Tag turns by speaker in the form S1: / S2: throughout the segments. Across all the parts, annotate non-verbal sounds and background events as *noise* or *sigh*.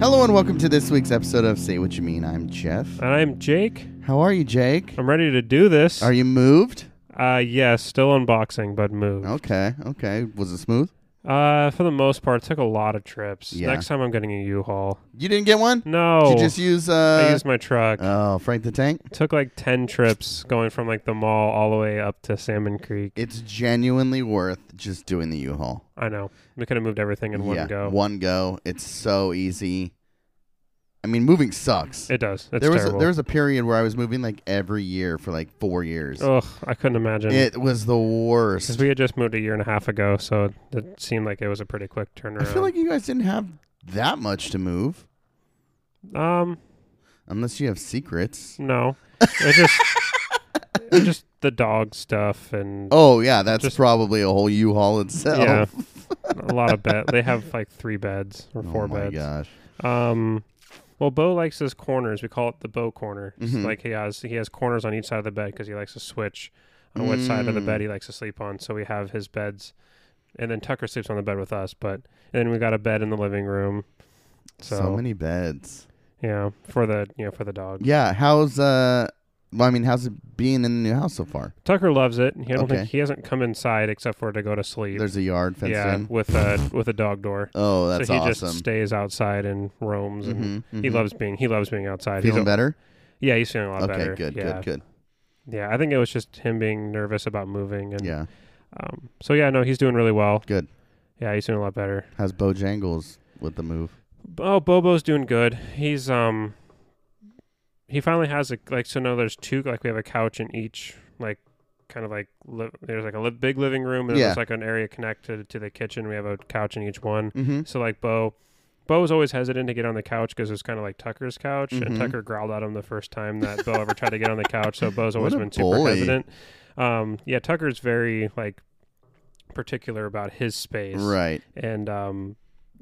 S1: Hello and welcome to this week's episode of Say What You Mean. I'm Jeff.
S2: And I'm Jake.
S1: How are you, Jake?
S2: I'm ready to do this.
S1: Are you moved?
S2: Uh, yes, still unboxing, but moved.
S1: Okay, okay. Was it smooth?
S2: Uh, for the most part, took a lot of trips.
S1: Yeah.
S2: Next time, I'm getting a U-Haul.
S1: You didn't get one?
S2: No,
S1: Did you just use
S2: I
S1: uh
S2: used my truck.
S1: Oh, Frank the Tank?
S2: took like ten trips, going from like the mall all the way up to Salmon Creek.
S1: It's genuinely worth just doing the U-Haul.
S2: I know we could have moved everything in one
S1: yeah,
S2: go.
S1: One go. It's so easy. I mean, moving sucks.
S2: It does. It's
S1: there was
S2: terrible.
S1: a, there was a period where I was moving like every year for like 4 years.
S2: Ugh, I couldn't imagine.
S1: It was the
S2: Oh, Because
S1: worst.
S2: we had just moved a year and a half ago, so it seemed like it was a pretty quick turnaround.
S1: I feel like you guys didn't have that much to move
S2: um,
S1: unless you have secrets.
S2: no, it just, it just the dog stuff and
S1: Oh yeah, that's
S2: Just-
S1: probably a whole U-Haul itself. *laughs*
S2: Yeah. a lot of bed. They have like three beds or four
S1: oh my
S2: beds.
S1: gosh.
S2: Um, well, Bo likes his corners. We call it the Bo corner. It's
S1: Mhm.
S2: Like he has he has corners on each side of the bed because he likes to switch on which side of the
S1: Mm.
S2: bed he likes to sleep on. So we have his beds, and then Tucker sleeps on the bed with us. But and then we got a bed in the living room. So,
S1: So, many beds.
S2: yeah, for the you know for the dog.
S1: Yeah, how's uh well, I mean, how's it being in the new house so far?
S2: Tucker loves it. He I don't
S1: Okay.
S2: think he hasn't come inside except for to go to sleep.
S1: There's a yard fenced
S2: yeah,
S1: in.
S2: with a with a dog door.
S1: Oh, that's
S2: so he
S1: awesome.
S2: just stays outside and roams and
S1: Mhm,
S2: He
S1: mhm.
S2: loves being he loves being outside.
S1: feeling
S2: he's a-
S1: better.
S2: Yeah, he's feeling a lot
S1: Okay,
S2: better.
S1: good,
S2: yeah.
S1: good, good.
S2: Yeah, I think it was just him being nervous about moving and
S1: Yeah,
S2: um so yeah, no, he's doing really well.
S1: Good.
S2: Yeah, he's doing a lot better.
S1: how's Bojangles with the move?
S2: Oh, Bobo's doing good. He's um he finally has a like so now there's two like we have a couch in each like kind of like li- there's like a li- big living room and
S1: Yeah.
S2: there's like an area connected to the kitchen. We have a couch in each one.
S1: Mm-hmm.
S2: So like Bo, Bo was always hesitant to get on the couch because it was kind of like Tucker's couch,
S1: Mhm.
S2: and Tucker growled at him the first time that Bo ever tried to get on the couch. So Bo's always
S1: *laughs* What a
S2: been super
S1: bully.
S2: hesitant. Um, yeah, Tucker's very like particular about his space,
S1: Right.
S2: and um,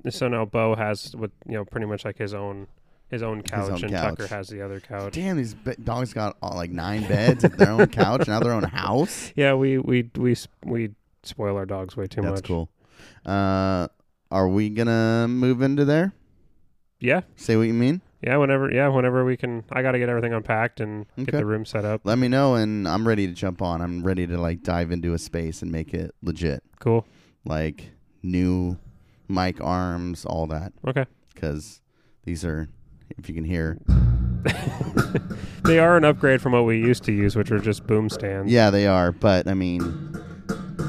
S2: so now Bo has what you know pretty much like his own his own couch,
S1: own
S2: and
S1: couch.
S2: Tucker has the other couch.
S1: Damn, these be- dogs got all, like nine beds, their
S2: *laughs*
S1: own couch, now their own house.
S2: Yeah, we we we s- we spoil our dogs way too
S1: That's
S2: much.
S1: cool. Uh, are we gonna move into there?
S2: Yeah,
S1: Say what you mean.
S2: yeah. Whenever yeah, whenever we can, I got to get everything unpacked and
S1: Okay.
S2: get the room set up.
S1: Let me know, and I'm ready to jump on. I'm ready to like dive into a space and make it legit,
S2: Cool.
S1: like new mic arms, all that.
S2: Okay.
S1: Because these are, if you can hear,
S2: They are an upgrade from what we used to use, which were just boom stands.
S1: yeah, they are. But I mean,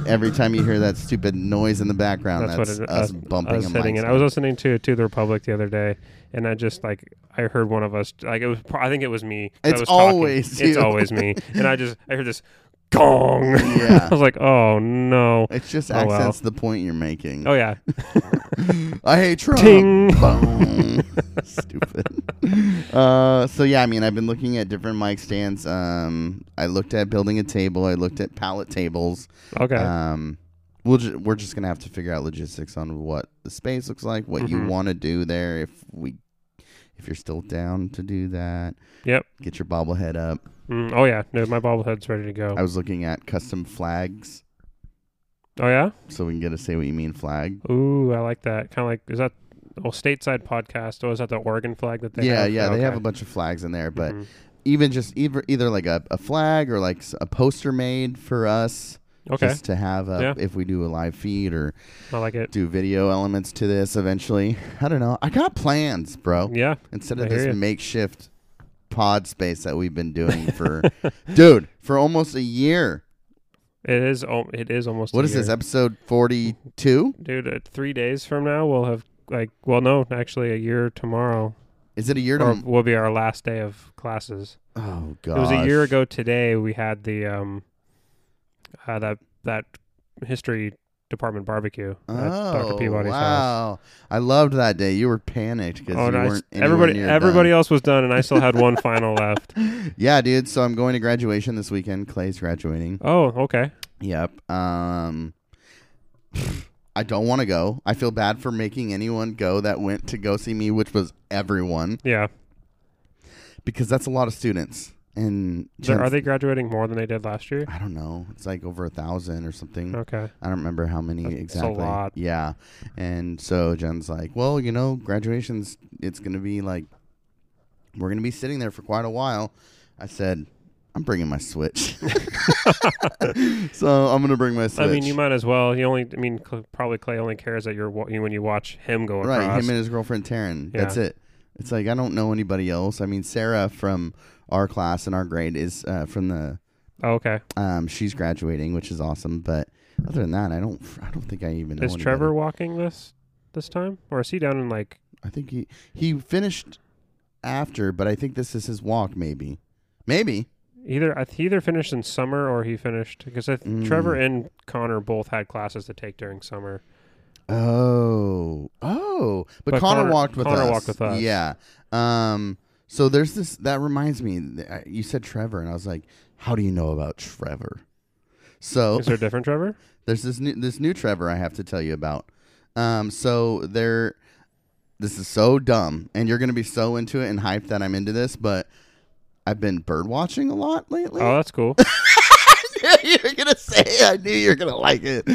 S1: every time you hear that stupid noise in the background,
S2: that's,
S1: that's,
S2: what it,
S1: us
S2: us
S1: bumping
S2: us
S1: a
S2: hitting
S1: mic.
S2: it. I was listening to to the Republic the other day, and I just like I heard one of us like it was. pro- I think it was me. 'cause I
S1: It's
S2: was talking.
S1: always
S2: it's
S1: you. *laughs*
S2: always me, and I just I heard this gong. *laughs*
S1: Yeah.
S2: I was like, oh no,
S1: It just
S2: Oh, well.
S1: accents the point you're making. *laughs*
S2: oh yeah,
S1: I hate Trump.
S2: Ting.
S1: Boom. *laughs* Stupid. Uh, so yeah, I mean, I've been looking at different mic stands. Um, I looked at building a table. I looked at pallet tables.
S2: okay,
S1: Um, we'll ju- we're just gonna have to figure out logistics on what the space looks like, what you
S2: Mhm.
S1: want to do there, if we, if you're still down to do that.
S2: Yep.
S1: Get your bobblehead up.
S2: Mm, oh yeah. No, my bobblehead's ready to go.
S1: I was looking at custom flags,
S2: oh yeah.
S1: so we can get a say what you mean flag.
S2: Ooh, I like that. Kind of like is that oh stateside podcast? Oh, is that the Oregon flag that they
S1: yeah,
S2: have?
S1: yeah,
S2: Okay.
S1: they have a bunch of flags in there, but.
S2: Mhm.
S1: even just either, either like a, a flag or like s- a poster made for us
S2: okay,
S1: just to have up
S2: Yeah.
S1: if we do a live feed or
S2: I like it.
S1: do video elements to this eventually. *laughs* I don't know. I got plans, bro.
S2: Yeah,
S1: Instead
S2: I
S1: of
S2: hear
S1: this
S2: ya.
S1: makeshift pod space that we've been doing for *laughs* dude, for almost a year.
S2: it is. al- It is almost.
S1: What
S2: a
S1: is
S2: year.
S1: this episode 42?
S2: dude uh, three days from now we'll have like well no actually a year tomorrow
S1: Is it a year
S2: or
S1: to
S2: will be our last day of classes
S1: Oh god.
S2: it was a year ago today we had the um uh, that that history department barbecue
S1: Oh,
S2: at dr peabody's house
S1: wow. I loved that day. You were panicked because
S2: Oh,
S1: you
S2: and I s-
S1: weren't anywhere
S2: everybody
S1: near
S2: everybody
S1: done.
S2: else was done and i still
S1: *laughs*
S2: had one final left
S1: Yeah, dude. So I'm going to graduation this weekend. Clay's graduating.
S2: oh okay
S1: Yep. Um, I don't want to go. I feel bad for making anyone go that went to go see me, which was everyone,
S2: yeah
S1: because that's a lot of students. And
S2: So
S1: Gen-
S2: are they graduating more than they did last year?
S1: I don't know. It's like over a thousand or something.
S2: Okay.
S1: I don't remember how many
S2: That's a
S1: exactly.
S2: lot.
S1: Yeah. And so Jen's like, well, you know, graduation's, it's going to be like, we're going to be sitting there for quite a while. I said, I'm bringing my
S2: *laughs*
S1: Switch. *laughs* so I'm going to bring my Switch.
S2: I mean, you might as well. He only, I mean, cl- probably Clay only cares that you're wa- you- when you watch him go
S1: Right.
S2: across.
S1: Him and his girlfriend, Taryn. That's
S2: Yeah.
S1: it. It's like, I don't know anybody else. I mean, Sarah from our class and our grade is uh, from the,
S2: oh, okay.
S1: um, she's graduating, which is awesome. But other than that, I don't, I don't think I even know
S2: Is
S1: anybody.
S2: Trevor walking this this time, or is he down in like?
S1: I think he he finished after, but I think this is his walk. Maybe, maybe.
S2: Either I th- he either finished in summer or he finished because th-
S1: Mm.
S2: Trevor and Connor both had classes to take during summer.
S1: Oh, oh. But,
S2: But
S1: Connor,
S2: Connor-
S1: walked with
S2: Connor
S1: us.
S2: walked with us.
S1: Yeah. Um. So there's this. That reminds me. th- I- You said Trevor, and I was like, "How do you know about Trevor?" So
S2: Is there a different
S1: *laughs*
S2: Trevor?
S1: there's this new this new Trevor I have to tell you about. Um. So there. This is so dumb, and you're gonna be so into it and hyped that I'm into this, but. I've been bird watching a lot lately.
S2: Oh, that's cool.
S1: Yeah, *laughs* you were gonna say it. I knew you were gonna like it.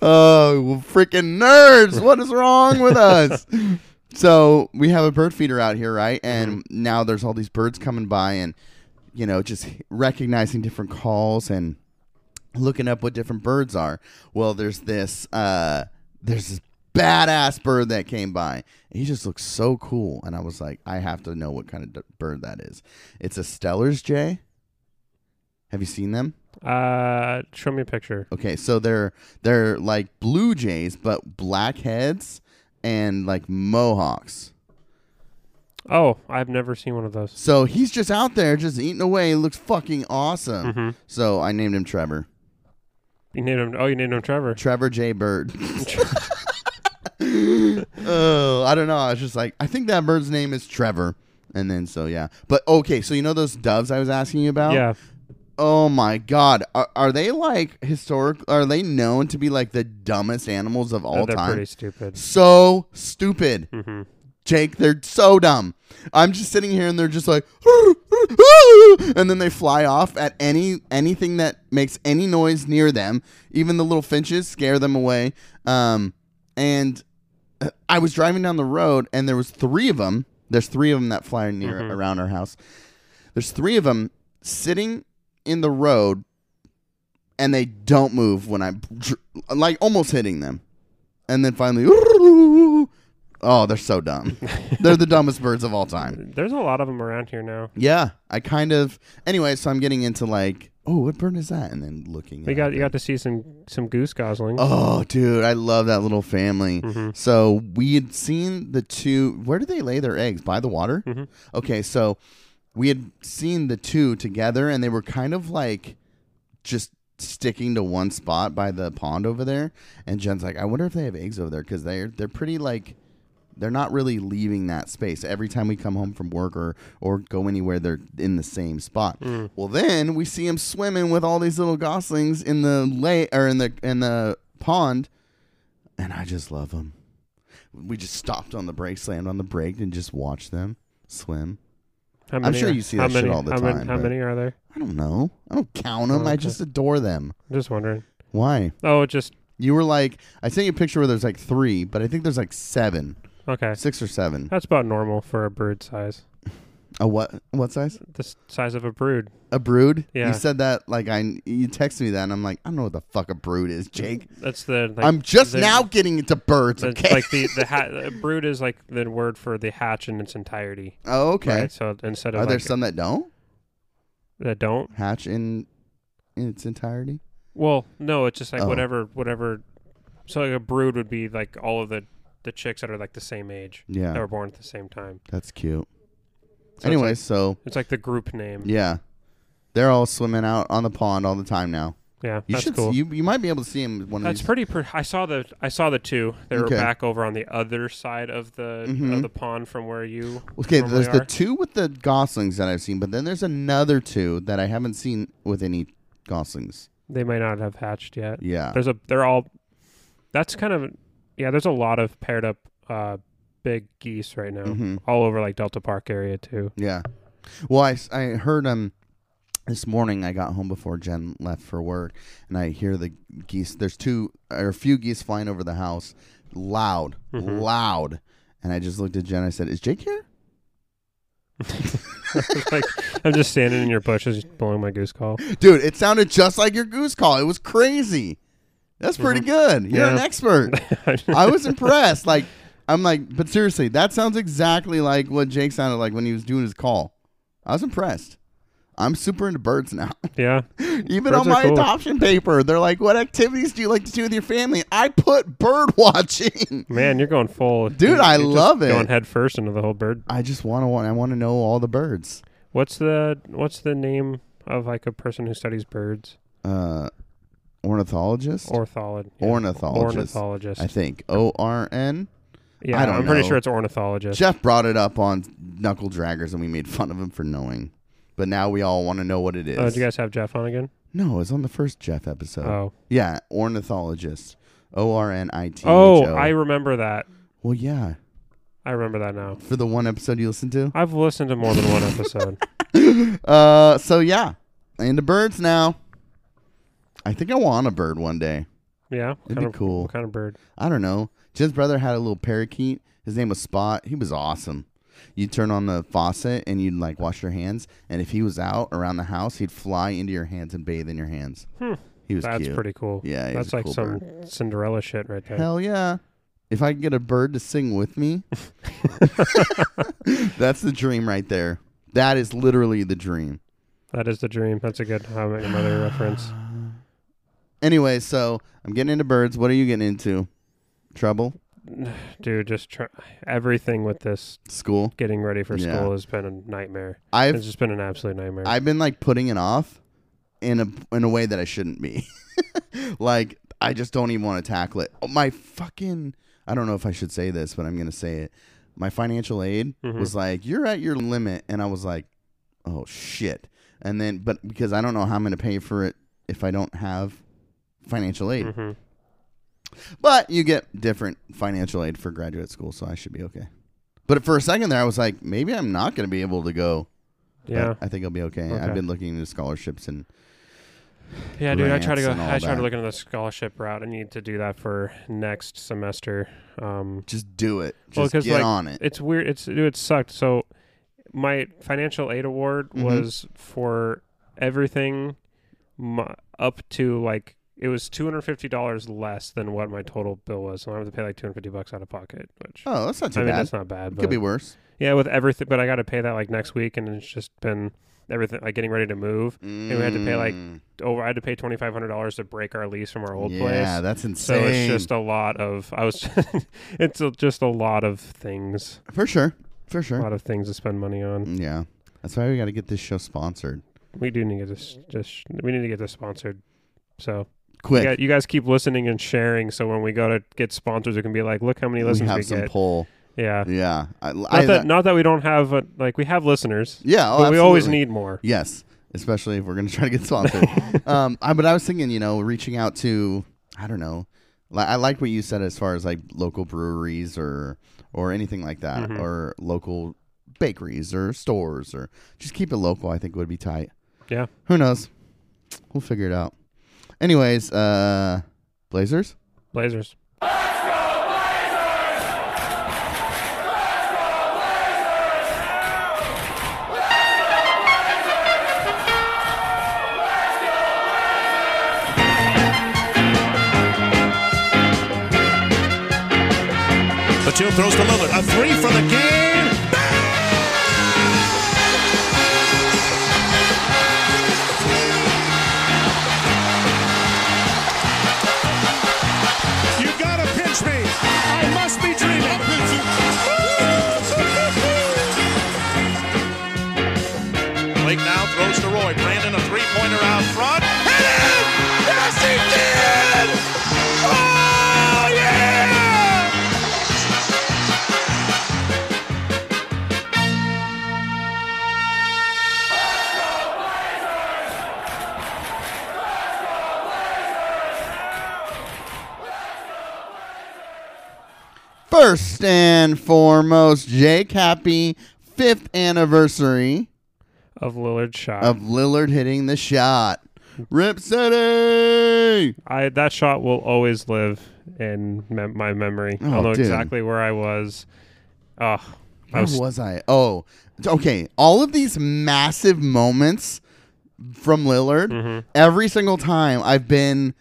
S1: Oh, well, freaking nerds! What is wrong with us? so we have a bird feeder out here, right? And now there's all these birds coming by, and you know, just recognizing different calls and looking up what different birds are. Well, there's this uh there's this badass bird that came by. And he just looks so cool and I was like, I have to know what kind of d- bird that is. It's a Stellar's jay. Have you seen them?
S2: Uh, show me a picture.
S1: Okay, so they're they're like blue jays but black heads and like mohawks.
S2: Oh, I've never seen one of those.
S1: So he's just out there just eating away. He looks fucking awesome.
S2: Mhm.
S1: So I named him Trevor.
S2: You named him. Oh, you named him Trevor.
S1: Trevor J.
S2: *laughs*
S1: Bird. oh, I don't know. I was just like, I think that bird's name is Trevor. And then so yeah, but okay. So you know those doves I was asking you about?
S2: Yeah.
S1: Oh my God, are, are they like historic? Are they known to be like the dumbest animals of all
S2: they're
S1: time?
S2: pretty stupid.
S1: So stupid.
S2: hmm
S1: Jake, they're so dumb. I'm just sitting here and they're just like and then they fly off at any anything that makes any noise near them. Even the little finches scare them away. Um and uh, I was driving down the road and there was three of them. There's three of them that fly near
S2: Mhm.
S1: around our house. There's three of them sitting in the road and they don't move when I'm dr- like almost hitting them. And then finally *laughs* Oh, they're so
S2: *laughs*
S1: dumb. they're the dumbest birds of all time.
S2: There's a lot of them around here now.
S1: Yeah, I kind of. Anyway, so I'm getting into like, oh, what bird is that? And then looking.
S2: We
S1: it
S2: got
S1: up
S2: you got to see some some goose goslings.
S1: Oh, dude, I love that little family.
S2: Mhm.
S1: So we had seen the two. Where do they lay their eggs? By the water.
S2: Mhm.
S1: Okay, so we had seen the two together, and they were kind of like just sticking to one spot by the pond over there. And Jen's like, I wonder if they have eggs over there because they're they're pretty like. They're not really leaving that space. Every time we come home from work or, or go anywhere, they're in the same spot.
S2: Mm.
S1: Well, then we see him swimming with all these little goslings in the lake or in the in the pond, and I just love them. We just stopped on the brake, slammed on the brake, and just watched them swim.
S2: How
S1: sure
S2: are-
S1: you see
S2: how
S1: that shit
S2: many-
S1: all the
S2: how
S1: time,
S2: Many, how
S1: but-
S2: many are there?
S1: I don't know. I don't count them. I
S2: Okay.
S1: just adore them.
S2: I'm just wondering.
S1: Why?
S2: Oh, just
S1: You were like, I sent you a picture where there's like three, but I think there's like seven,
S2: okay.
S1: six or seven.
S2: That's about normal for a brood size.
S1: A what? What size?
S2: The s- size of a brood.
S1: A brood?
S2: Yeah.
S1: You said that like I. You texted me that, and I'm like, I don't know what the fuck a brood is, Jake.
S2: That's the. Like,
S1: I'm just
S2: the-
S1: now getting into birds.
S2: That's
S1: *laughs* Okay.
S2: like the the ha- a brood is like the word for the hatch in its entirety.
S1: oh, okay.
S2: Right? So instead
S1: Are
S2: of
S1: there
S2: like,
S1: some that don't
S2: that don't.
S1: hatch in in its entirety?
S2: Well, no, it's just like
S1: Oh.
S2: whatever whatever. So like a brood would be like all of the the chicks that are like the same age
S1: Yeah,
S2: that were born at the same time.
S1: that's cute.
S2: it's
S1: anyway,
S2: like-
S1: so
S2: It's like the group name.
S1: yeah, they're all swimming out on the pond all the time now.
S2: Yeah,
S1: You
S2: that's
S1: should
S2: cool.
S1: see, you you might be able to see them one of
S2: That's
S1: these.
S2: pretty. Pr- I saw the I saw the two. They were
S1: Mm. Okay.
S2: back over on the other side of the
S1: Mhm.
S2: of the pond from where you.
S1: Okay,
S2: normally
S1: there's the
S2: are.
S1: two with the goslings that I've seen, but then there's another two that I haven't seen with any goslings.
S2: They might not have hatched yet.
S1: Yeah,
S2: There's a. They're all. That's kind of. Yeah, there's a lot of paired up uh, big geese right now,
S1: Mhm.
S2: all over like Delta Park area too. *laughs*
S1: yeah. Well, I, s- I heard um this morning I got home before Jen left for work, and I hear the geese. There's two or a few geese flying over the house, loud,
S2: Mhm.
S1: loud. And I just looked at Jen. I said, "Is Jake here?"
S2: like I'm just standing in your bushes, blowing my goose call. *laughs*
S1: Dude, it sounded just like your goose call. It was crazy. That's pretty good. You're an
S2: Yeah.
S1: expert. I was impressed. Like, I'm like, but seriously, that sounds exactly like what Jake sounded like when he was doing his call. I was impressed. I'm super into birds now.
S2: yeah,
S1: Even
S2: Birds
S1: on
S2: are
S1: my
S2: cool.
S1: adoption paper, they're like, "What activities do you like to do with your family?" I put bird *laughs* watching.
S2: man, you're going
S1: *laughs*
S2: full,
S1: Dude,
S2: You're-
S1: I
S2: you're just
S1: love it.
S2: Going head first into the whole bird.
S1: I just want to want. I want to know all the birds.
S2: What's the what's the name of like a person who studies birds?
S1: Uh, ornithologist.
S2: Orthologist.
S1: Ornithologist.
S2: Ornithologist.
S1: I think O R N.
S2: yeah,
S1: I don't
S2: am pretty
S1: know.
S2: sure it's ornithologist.
S1: Jeff brought it up on Knuckle Draggers, and we made fun of him for knowing. But now we all want to know what it is.
S2: Oh, did you guys have Jeff on again?
S1: no, it's on the first Jeff episode.
S2: Oh,
S1: Yeah, ornithologist. O R N I T.
S2: oh, I remember that.
S1: Well, yeah.
S2: I remember that now.
S1: For the one episode you listened to.
S2: I've listened to more than one
S1: *laughs*
S2: episode.
S1: Uh, so yeah, into birds now. I think I want a bird one day.
S2: Yeah, what
S1: It'd
S2: kind
S1: be
S2: of,
S1: cool.
S2: What kind of bird?
S1: I don't know. Jen's brother had a little parakeet. His name was Spot. He was awesome. You'd turn on the faucet and you'd like wash your hands. And if he was out around the house, he'd fly into your hands and bathe in your hands.
S2: Hmm.
S1: He was
S2: That's
S1: cute.
S2: pretty cool.
S1: Yeah, he was
S2: that's
S1: a
S2: like
S1: cool
S2: some Cinderella shit right there.
S1: Hell yeah. If I could get a bird to sing with
S2: *laughs*
S1: me, that's the dream right there. That is literally the dream.
S2: That is the dream. That's a good How I Met Your Mother reference.
S1: Anyway, so I'm getting into birds. What are you getting into? Trouble?
S2: Dude, just try, everything with this
S1: School?
S2: getting ready for
S1: Yeah.
S2: school has been a nightmare.
S1: I've
S2: It's just been an absolute nightmare.
S1: I've been like putting it off in a in a way that I shouldn't be. *laughs* like I just don't even want to tackle it. Oh, my fucking I don't know if I should say this, but I'm going to say it. My financial aid
S2: Mhm.
S1: was like, "You're at your limit." And I was like, "Oh shit." And then but because I don't know how I'm going to pay for it if I don't have financial aid.
S2: hmm
S1: But you get different financial aid for graduate school, so I should be okay. But for a second there I was like, "Maybe I'm not going to be able to go." But
S2: Yeah,
S1: I think I'll be okay. I've
S2: Okay.
S1: been looking into scholarships and
S2: yeah, dude. I try to
S1: grants
S2: go.
S1: and all
S2: I try
S1: that.
S2: to look into the scholarship route. I need to do that for next semester. Um,
S1: just do it.
S2: Well,
S1: Just
S2: 'cause,
S1: get
S2: like,
S1: on it.
S2: it's weird. It's dude, it sucked. So my financial aid award
S1: Mhm.
S2: was for everything mu- up to like it was two hundred fifty dollars less than what my total bill was. So I have to pay like two hundred fifty bucks out of pocket, which
S1: Oh, that's not
S2: I
S1: too
S2: mean
S1: bad.
S2: that's not bad. But
S1: Could be worse.
S2: yeah, with everything, but I got to pay that like next week, and it's just been everything like getting ready to move. we had to pay, like,
S1: Mm,
S2: Over, I had to pay twenty five hundred dollars to break our lease from our old
S1: yeah,
S2: place.
S1: that's
S2: So
S1: insane.
S2: it's just a lot of I was *laughs* it's a, just a lot of things,
S1: for sure, for
S2: a
S1: sure. Mm.
S2: lot of things to spend money on.
S1: Yeah, that's why we got to get this show sponsored
S2: We do need to get this. Just we need to get this sponsored. So you
S1: quick.
S2: guys, you guys keep listening and sharing. So when we go to get sponsors, we can be like, look how many
S1: we
S2: listens we,
S1: have some
S2: get.
S1: pull.
S2: yeah.
S1: Yeah, I,
S2: Not
S1: I-
S2: that not that we don't have uh like we have listeners,
S1: yeah. oh,
S2: but we always
S1: absolutely.
S2: need more.
S1: Yes, especially if we're going to *laughs* try to get sponsored. um, I, but I was thinking, you know, reaching out to I don't know. Li- I like what you said as far as like local breweries or or anything like that,
S2: Mhm.
S1: or local bakeries or stores, or just keep it local. I think would be tight.
S2: Yeah.
S1: Who knows? We'll figure it out. Anyways, uh, Blazers.
S2: Blazers.
S3: The two throws to Lillard. A three for the game. You gotta pinch me. I must be dreaming. Blake now throws to Roy. Brandon a three-pointer out front. Hit it! Yes, he did! Oh, yeah!
S1: First and foremost, Jake, happy fifth anniversary.
S2: of Lillard's shot.
S1: of Lillard hitting the shot. Rip City.
S2: I that shot will always live in mem- my memory.
S1: Oh,
S2: I'll know
S1: dude.
S2: exactly where I was. Ugh. I
S1: Where
S2: was,
S1: was I? Oh, okay. All of these massive moments from Lillard, every single time I've been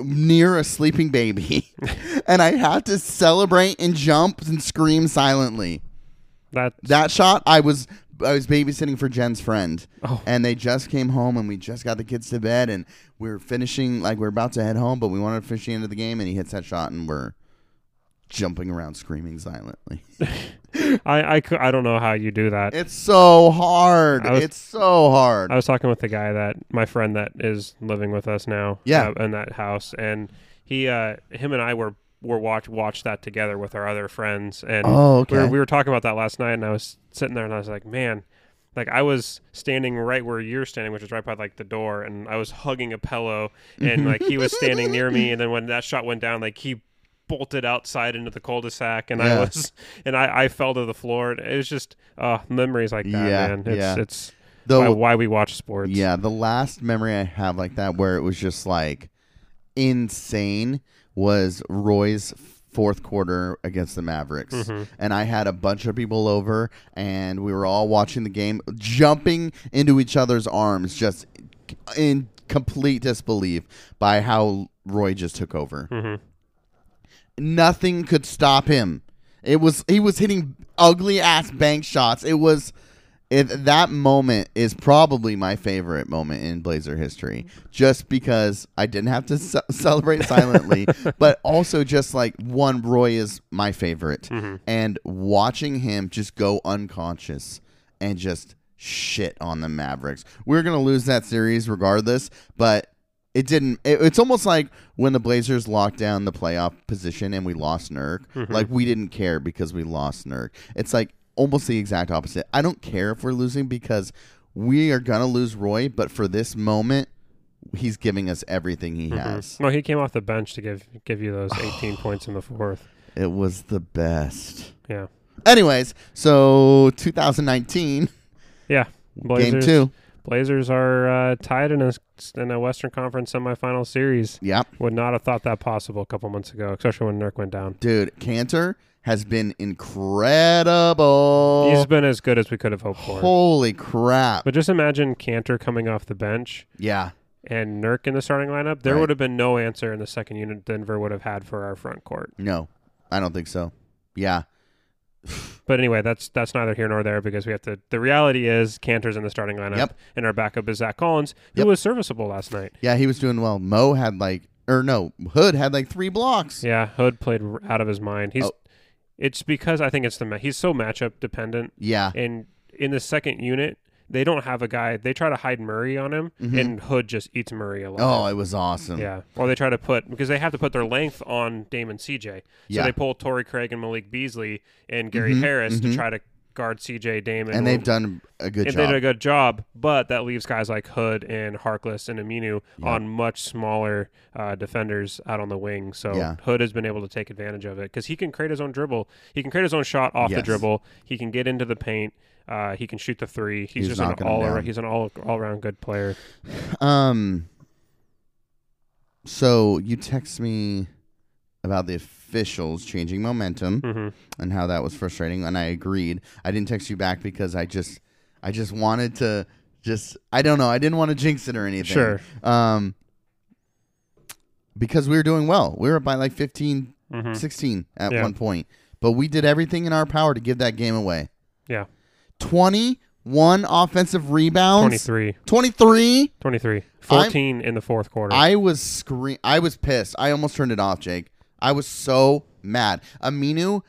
S1: near a sleeping baby *laughs* and I had to celebrate and jump and scream silently.
S2: that
S1: That shot, I was I was babysitting for Jen's friend,
S2: Oh.
S1: and they just came home, and we just got the kids to bed, and we are finishing like we are about to head home, but we wanted to finish the end of the game, and he hits that shot, and we're jumping around screaming silently. *laughs*
S2: I, I, cou- I don't know how you do that.
S1: it's so hard.
S2: I was-
S1: it's so hard.
S2: I was talking with the guy that my friend that is living with us now.
S1: Yeah.
S2: uh, in that house, and he, uh, him and I were were watch watched that together with our other friends, and
S1: Oh,
S2: we, were,
S1: okay.
S2: we were talking about that last night, and I was sitting there, and I was like, man. Like I was standing right where you're standing, which is right by like the door, and I was hugging a pillow, and like he was standing near me, and then when that shot went down, like he bolted outside into the cul-de-sac, and
S1: Yeah.
S2: I was, and I, I fell to the floor. It was just uh, memories like that,
S1: Yeah,
S2: man. It's,
S1: yeah.
S2: it's
S1: Though-
S2: why, why we watch sports.
S1: yeah, the last memory I have like that where it was just like insane was Roy's fourth quarter against the Mavericks. And I had a bunch of people over and we were all watching the game, jumping into each other's arms, just in complete disbelief by how Roy just took over. Nothing could stop him. It was he was hitting ugly ass bank shots. It was it, that moment is probably my favorite moment in Blazer history, just because I didn't have to ce- celebrate silently, but also just like one Roy is my favorite, and watching him just go unconscious and just shit on the Mavericks. We're gonna lose that series regardless, but it didn't. It, it's almost like when the Blazers locked down the playoff position and we lost Nurk.
S2: Mm-hmm.
S1: Like we didn't care because we lost Nurk. It's like almost the exact opposite. I don't care if we're losing because we are gonna lose Roy, but for this moment, he's giving us everything he
S2: Mm-hmm.
S1: has.
S2: No, he came off the bench to give give
S1: *sighs*
S2: you those 18 points in the fourth.
S1: It was the best.
S2: Yeah.
S1: Anyways, so 2019
S2: Yeah. Blazers,
S1: game two.
S2: Blazers are uh, tied in a in a Western Conference semifinal series.
S1: Yep.
S2: Would not have thought that possible a couple months ago, especially when Nurk went down.
S1: Dude, Cantor has been incredible.
S2: He's been as good as we could have hoped for.
S1: Holy crap.
S2: But just imagine Cantor coming off the bench
S1: yeah.
S2: and Nurk in the starting lineup. There
S1: Right.
S2: would have been no answer in the second unit Denver would have had for our front court.
S1: No, I don't think so. Yeah.
S2: But anyway, that's that's neither here nor there because we have to. The reality is Cantor's in the starting lineup,
S1: Yep.
S2: and our backup is Zach Collins, who
S1: Yep.
S2: was serviceable last night.
S1: Yeah, he was doing well. Mo had like, or no, Hood had like three blocks.
S2: Yeah, Hood played r- out of his mind. He's
S1: Oh.
S2: it's because I think it's the ma- he's so matchup dependent,
S1: Yeah.
S2: and in the second unit they don't have a guy. They try to hide Murray on him, and Hood just eats Murray alive.
S1: Mm-hmm. Oh, it was awesome.
S2: yeah. Or they try to put because they have to put their length on Damon CJ, so
S1: Yeah. Mm-hmm.
S2: they pull Torrey Craig and Malik Beasley and Gary Harris to try to guard CJ Damon.
S1: And they've done a good
S2: and
S1: job.
S2: they did a good job, but that leaves guys like Hood and Harkless and Aminu on much smaller uh, defenders out on the wing. So
S1: Yeah.
S2: Hood has been able to take advantage of it because he can create his own dribble. He can create his own shot off the
S1: Yes.
S2: dribble. He can get into the paint. Uh, he can shoot the three. He's,
S1: He's
S2: just an
S1: knocking 'em
S2: all
S1: down.
S2: around, he's an all all around good player.
S1: um, so you text me about the officials changing momentum
S2: hmm
S1: and how that was frustrating, and I agreed. I didn't text you back because I just, I just wanted to, just I don't know. I didn't want to jinx it or anything.
S2: Sure.
S1: Um, because we were doing well. We were up by like 15,
S2: hmm
S1: 16 at
S2: Yeah.
S1: one point. But we did everything in our power to give that game away.
S2: Yeah,
S1: 21 offensive rebounds.
S2: 23,
S1: 23?
S2: 23,
S1: I'm-
S2: 14 in the fourth quarter.
S1: I was scream I was pissed. I almost turned it off, Jake. I was so mad. Aminu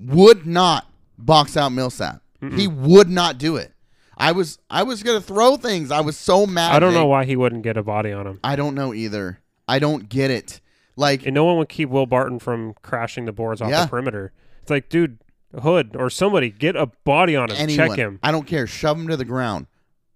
S1: would not box out Millsap. He would not do it. I was I was going to throw things. I was so mad.
S2: I don't know
S1: Jake.
S2: why he wouldn't get a body on him.
S1: I don't know either. I don't get it. Like
S2: and no one would keep Will Barton from crashing the boards off
S1: Yeah.
S2: the perimeter. It's like, dude, Hood or somebody get a body on him,
S1: anyone.
S2: check him.
S1: I don't care. Shove him to the ground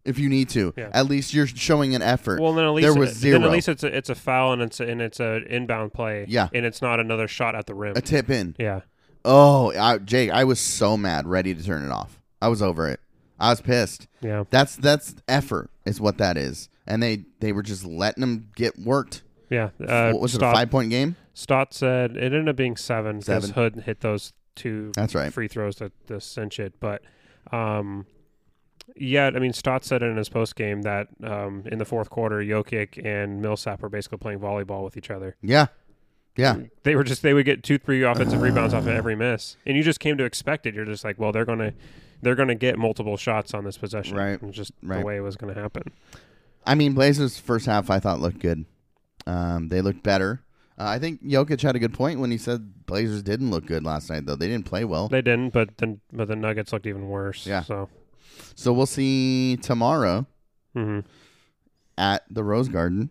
S1: if you need to.
S2: Yeah.
S1: At least you're showing an effort.
S2: Well, then at least
S1: there was zero.
S2: Then at least it's a, it's a foul and it's a, and it's a inbound play.
S1: Yeah.
S2: and it's not another shot at the rim.
S1: a tip in.
S2: yeah,
S1: Oh, I, Jake, I was so mad, ready to turn it off. I was over it. I was pissed.
S2: Yeah.
S1: That's that's effort is what that is, and they they were just letting them get worked.
S2: Yeah. Uh,
S1: what was it a
S2: Stott,
S1: five point game?
S2: Stott said it ended up being seven because
S1: Seven.
S2: Hood hit those two
S1: That's right.
S2: free throws to, to cinch it. But um, yeah, I mean, Stott said in his post game that um, in the fourth quarter, Jokic and Millsap were basically playing volleyball with each other.
S1: Yeah, yeah.
S2: They were just they would get two, three offensive rebounds off of
S1: Ah.
S2: every miss, and you just came to expect it. You're just like, well, they're gonna they're gonna get multiple shots on this possession.
S1: Right.
S2: It's just
S1: Right.
S2: the way it was gonna happen.
S1: I mean, Blazers first half I thought looked good. Um, they looked better. Uh, I think Jokic had a good point when he said Blazers didn't look good last night though. They didn't play well.
S2: They didn't, but then but the Nuggets looked even worse.
S1: Yeah.
S2: So.
S1: So we'll see tomorrow
S2: hmm
S1: at the Rose Garden.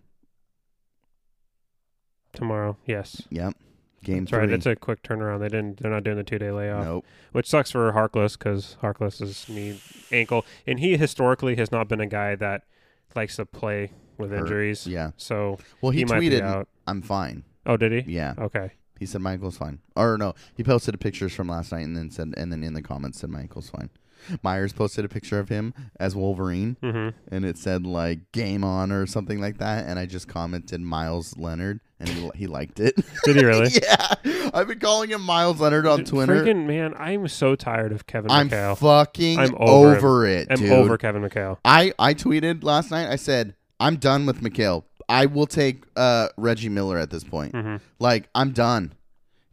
S2: Tomorrow, yes.
S1: Yep. Game
S2: That's right.
S1: three.
S2: It's a quick turnaround. They didn't. They're not doing the two day layoff,
S1: nope.
S2: which sucks for Harkless because Harkless's knee, ankle, and he historically has not been a guy that likes to play with
S1: Hurt.
S2: injuries.
S1: Yeah.
S2: So
S1: Well, he,
S2: he, might be
S1: tweeted,
S2: out.
S1: "I'm fine."
S2: Oh, did he?
S1: Yeah.
S2: Okay.
S1: He said my ankle's fine. Or no, he posted a pictures from last night and then said, and then in the comments said my ankle's fine. Myers posted a picture of him as Wolverine,
S2: Mm-hmm.
S1: and it said like "Game On" or something like that. And I just commented Miles Leonard, and he, he liked it. *laughs*
S2: Did he really?
S1: yeah, I've been calling him Miles Leonard on Twitter.
S2: Freaking man, I'm so tired of Kevin
S1: I'm
S2: McHale.
S1: fucking
S2: I'm
S1: over,
S2: over
S1: it,
S2: I'm
S1: dude.
S2: over Kevin McHale.
S1: I I tweeted last night. I said I'm done with McHale. I will take uh, Reggie Miller at this point.
S2: Mhm.
S1: Like I'm done.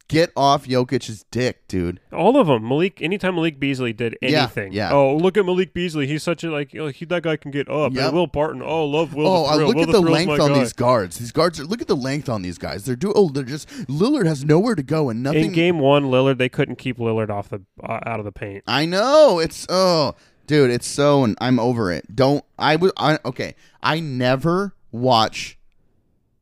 S1: Get off Jokic's dick, dude.
S2: All of them. Malik. Anytime Malik Beasley did
S1: Yeah,
S2: anything.
S1: yeah.
S2: Oh, look at Malik Beasley. He's such a like. oh, he, that guy can get up.
S1: Yep.
S2: And Will Barton. Oh, love Will.
S1: Oh,
S2: the
S1: I
S2: Thrill.
S1: look
S2: Will
S1: at
S2: the
S1: the
S2: Thrill's
S1: length
S2: my
S1: on
S2: guy.
S1: these guards. These guards are look at the length on these guys. They're do oh, they're just Lillard has nowhere to go and nothing.
S2: In game one, Lillard they couldn't keep Lillard off the uh, out of the paint.
S1: I know it's oh, dude, it's so and I'm over it. Don't I would I okay. I never watch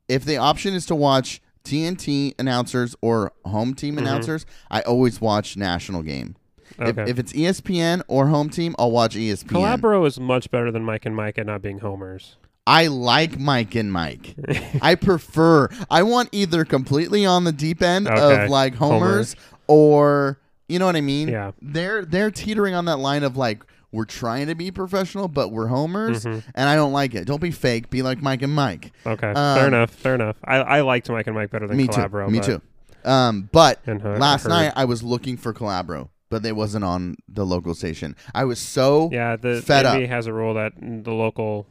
S1: if the option is to watch TNT announcers or home team announcers. I always watch national game.
S2: Okay.
S1: If, if it's E ESPN or home team, I'll watch E ESPN.
S2: Calabro is much better than Mike and Mike at not being homers.
S1: I like Mike and
S2: *laughs*
S1: Mike. I prefer. I want either completely on the deep end
S2: Okay.
S1: of like homers
S2: Homers.
S1: or you know what I mean.
S2: Yeah.
S1: they're they're teetering on that line of like we're trying to be professional, but we're homers,
S2: Mm-hmm.
S1: and I don't like it. Don't be fake. Be like Mike and Mike.
S2: Okay,
S1: Um,
S2: fair enough, fair enough. I, I liked Mike and Mike better than
S1: Me
S2: Calabro.
S1: too. Me
S2: but-
S1: too. Um, but
S2: And her-
S1: last
S2: her-
S1: night I was looking for Calabro, but they wasn't on the local station. I was so
S2: Yeah, the
S1: Fed
S2: NBA has a rule that the local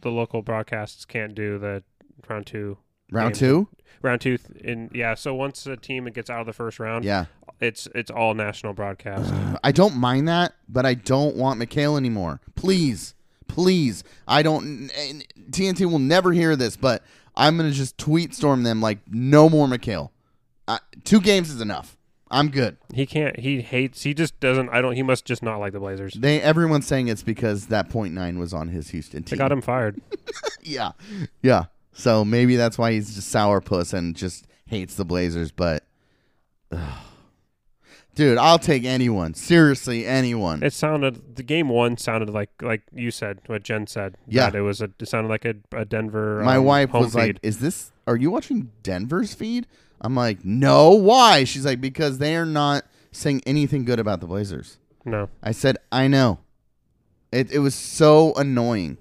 S2: the local broadcasts can't do the round two
S1: round
S2: games.
S1: two.
S2: round two th- in yeah. So once a team gets out of the first round,
S1: Yeah.
S2: it's it's all
S1: *sighs*
S2: national broadcast.
S1: I don't mind that, but I don't want McHale anymore. Please, please. I don't. and TNT will never hear this, but I'm gonna just tweet storm them like no more McHale. Uh, two games is enough. I'm good.
S2: he can't. He hates. He just doesn't. I don't. He must just not like the Blazers.
S1: They everyone's saying it's because that point nine was on his Houston
S2: They
S1: team.
S2: got him fired.
S1: *laughs* Yeah, yeah. So maybe that's why he's just sourpuss and just hates the Blazers. But, ugh. dude, I'll take anyone. Seriously, anyone.
S2: It sounded the game one sounded like like you said what Jen said.
S1: Yeah.
S2: that it was a it sounded like a, a Denver.
S1: My
S2: um,
S1: wife
S2: home
S1: was like,
S2: feed.
S1: "Is this? Are you watching Denver's feed?" I'm like, "No, why?" She's like, "Because they are not saying anything good about the Blazers."
S2: no,
S1: I said, "I know." It it was so annoying,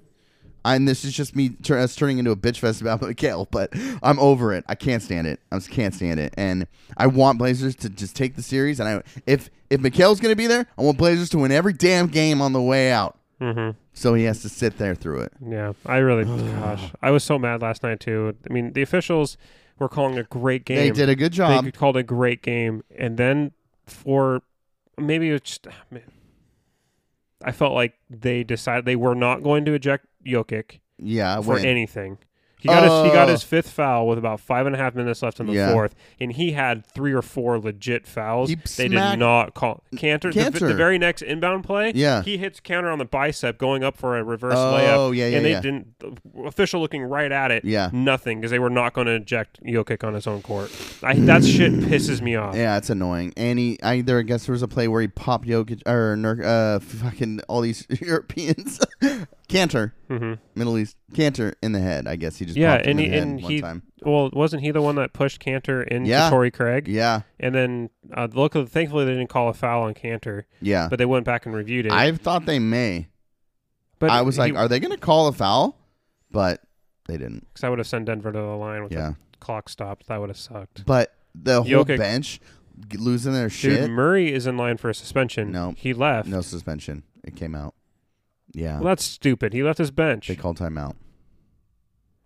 S1: and this is just me tur- us turning into a bitch fest about *laughs* Mikael, but I'm over it. I can't stand it. I just can't stand it, and I want Blazers to just take the series. And I if if Mikael's gonna be there, I want Blazers to win every damn game on the way out.
S2: mm-hmm.
S1: So he has to sit there through it.
S2: yeah,
S1: *sighs*
S2: I really, gosh, I was so mad last night too. I mean, the officials were calling a great game.
S1: They did a good job.
S2: They called a great game, and then for maybe it's just, ah, man. I felt like they decided they were not going to eject Jokic
S1: yeah,
S2: for
S1: win.
S2: anything. He got his he got
S1: Oh.
S2: his fifth foul with about five and a half minutes left in the
S1: Yeah.
S2: fourth, and he had three or four legit fouls.
S1: He
S2: they
S1: smacked-
S2: did not call Cantor. the- The,
S1: Cantor.
S2: very next inbound play,
S1: Yeah.
S2: he hits Counter on the bicep going up for a reverse
S1: Oh,
S2: layup.
S1: yeah, yeah,
S2: and they
S1: yeah.
S2: didn't. The official looking right at it.
S1: Yeah.
S2: nothing because they were not going to eject Jokic on his own court. I,
S1: *sighs*
S2: that shit pisses me off.
S1: Yeah, it's annoying. And he, I, there, I *laughs* guess there was a play where he popped Jokic or Nur- uh, fucking all these *laughs* Europeans. Cantor,
S2: hmm
S1: Middle East. Cantor in the head. I guess he just
S2: Yeah,
S1: popped him
S2: and
S1: in
S2: he-
S1: the head
S2: and
S1: one
S2: he-
S1: time.
S2: Well, wasn't he the one that pushed Cantor into
S1: Yeah.
S2: Torrey Craig?
S1: Yeah,
S2: And then, uh, luckily, thankfully, they didn't call a foul on Cantor,
S1: yeah.
S2: but they went back and reviewed it.
S1: I thought they may.
S2: but
S1: I was like,
S2: he-
S1: are they going to call a foul? But they didn't.
S2: 'cause I would have sent Denver to the line with
S1: Yeah.
S2: the clock stopped. That would have sucked.
S1: But the whole
S2: Jokic-
S1: bench g- losing their
S2: Dude,
S1: shit.
S2: Murray is in line for a suspension.
S1: No.
S2: he left.
S1: No suspension. It came out. Yeah.
S2: Well, that's stupid. He left his bench.
S1: They called timeout.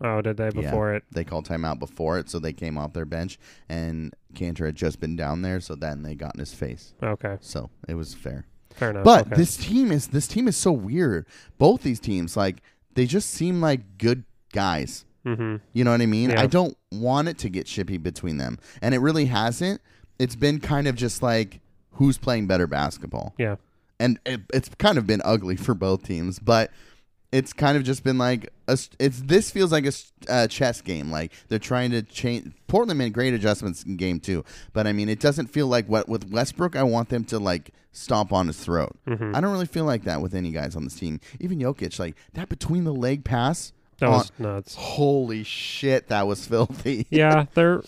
S2: oh, did they
S1: Yeah.
S2: before it?
S1: They called timeout before it, so they came off their bench, and Cantor had just been down there, so then they got in his face.
S2: Okay,
S1: So it was fair.
S2: fair enough.
S1: But
S2: Okay.
S1: this team is this team is so weird. Both these teams, like they just seem like good guys.
S2: Mhm.
S1: You know what I mean?
S2: Yeah.
S1: I don't want it to get shippy between them, and it really hasn't. It's been kind of just like who's playing better basketball,
S2: yeah,
S1: and it, it's kind of been ugly for both teams, but. It's kind of just been like a, s- it's this feels like a s- uh, chess game. Like they're trying to change. Portland made great adjustments in game two, but I mean, it doesn't feel like what with Westbrook. I want them to like stomp on his throat.
S2: Mm-hmm.
S1: I don't really feel like that with any guys on this team. Even Jokic, like that between the leg pass.
S2: that
S1: on-
S2: was nuts.
S1: Holy shit, that was
S2: *laughs*
S1: filthy.
S2: Yeah, they're.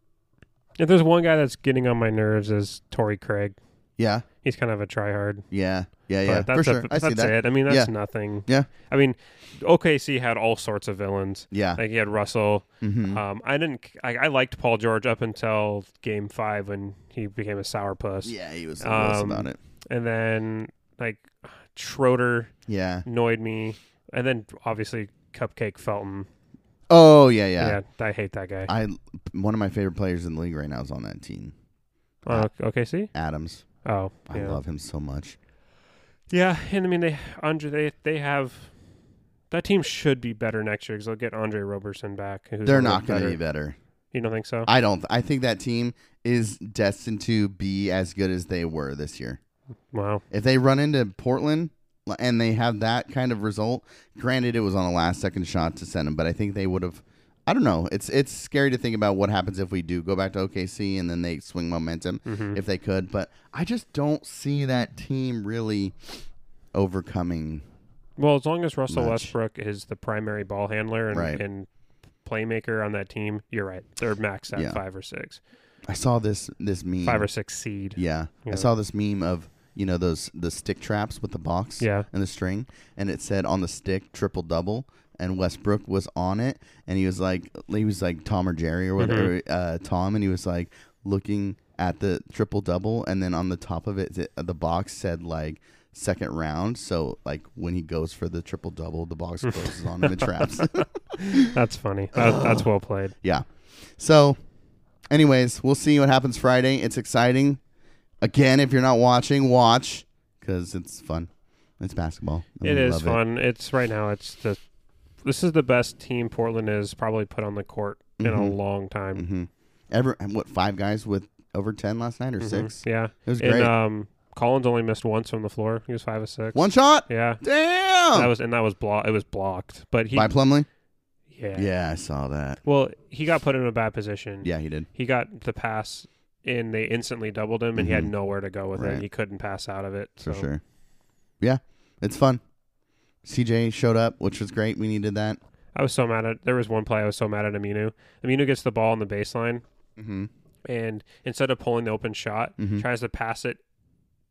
S2: *sighs* If there's one guy that's getting on my nerves is Torrey Craig.
S1: Yeah,
S2: He's kind of a tryhard.
S1: yeah, yeah,
S2: But
S1: yeah.
S2: that's
S1: For
S2: a-
S1: sure, I see
S2: that's
S1: that.
S2: it. I mean, that's
S1: Yeah.
S2: nothing.
S1: Yeah.
S2: I mean, OKC had all sorts of villains.
S1: Yeah,
S2: Like he had Russell.
S1: hmm
S2: Um, I didn't. I, I liked Paul George up until Game Five when he became a sourpuss.
S1: yeah. He was the worst
S2: um,
S1: about it.
S2: And then like Schroeder
S1: Yeah.
S2: annoyed me, and then obviously Cupcake Felton.
S1: Oh yeah, yeah.
S2: Yeah, I hate that guy.
S1: I one of my favorite players in the league right now is on that team,
S2: Uh, OKC.
S1: Adams.
S2: Oh,
S1: I
S2: yeah.
S1: love him so much.
S2: Yeah, and I mean they Andre they they have that team should be better next year because they'll get Andre Roberson back. Who's
S1: They're
S2: a little
S1: not going to
S2: better.
S1: be better.
S2: You don't think so?
S1: I don't. I think that team is destined to be as good as they were this year.
S2: wow.
S1: If they run into Portland and they have that kind of result, granted it was on a last second shot to send them, but I think they would have. I don't know. It's it's scary to think about what happens if we do go back to OKC and then they swing momentum
S2: Mm-hmm.
S1: if they could. But I just don't see that team really overcoming.
S2: Well, as long as Russell
S1: Much.
S2: Westbrook is the primary ball handler and,
S1: Right.
S2: and playmaker on that team, you're right. They're maxed at
S1: Yeah.
S2: five or six,
S1: I saw this this meme.
S2: five or six seed.
S1: Yeah.
S2: Yeah.
S1: I saw this meme of, you know, those the stick traps with the box
S2: Yeah.
S1: and the string and it said on the stick triple double and Westbrook was on it and he was like he was like Tom or Jerry or whatever
S2: Mm-hmm.
S1: uh, Tom and he was like looking at the triple double and then on the top of it the, the box said like second round so like when he goes for the triple double the
S2: *laughs*
S1: box closes on him and traps
S2: That's funny. That, that's well played.
S1: yeah. So, anyways, we'll see what happens Friday. It's exciting. Again, if you're not watching, watch because it's fun. It's basketball. and
S2: It
S1: we
S2: is
S1: love
S2: fun. It's right now. It's the this is the best team Portland has probably put on the court in a
S1: Mhm.
S2: long time.
S1: Mhm. Ever and what five guys with over ten last night or
S2: Mhm.
S1: six?
S2: Yeah,
S1: It was
S2: and
S1: great.
S2: um, Collins only missed once from the floor. He was five of six.
S1: One shot.
S2: Yeah,
S1: Damn.
S2: that was and that was blocked. It was blocked, but he
S1: by Plumlee.
S2: yeah.
S1: Yeah, I saw that.
S2: Well, he got put in a bad position.
S1: Yeah, he did.
S2: he got the pass and they instantly doubled him and he had
S1: Mhm.
S2: nowhere to go with
S1: Right.
S2: it. He couldn't pass out of it.
S1: For
S2: so.
S1: sure. Yeah, it's fun. CJ showed up, which was great. We needed that.
S2: I was so mad at there was one play I was so mad at Aminu. Aminu gets the ball on the baseline
S1: Mm-hmm.
S2: and instead of pulling the open shot,
S1: Mhm.
S2: tries to pass it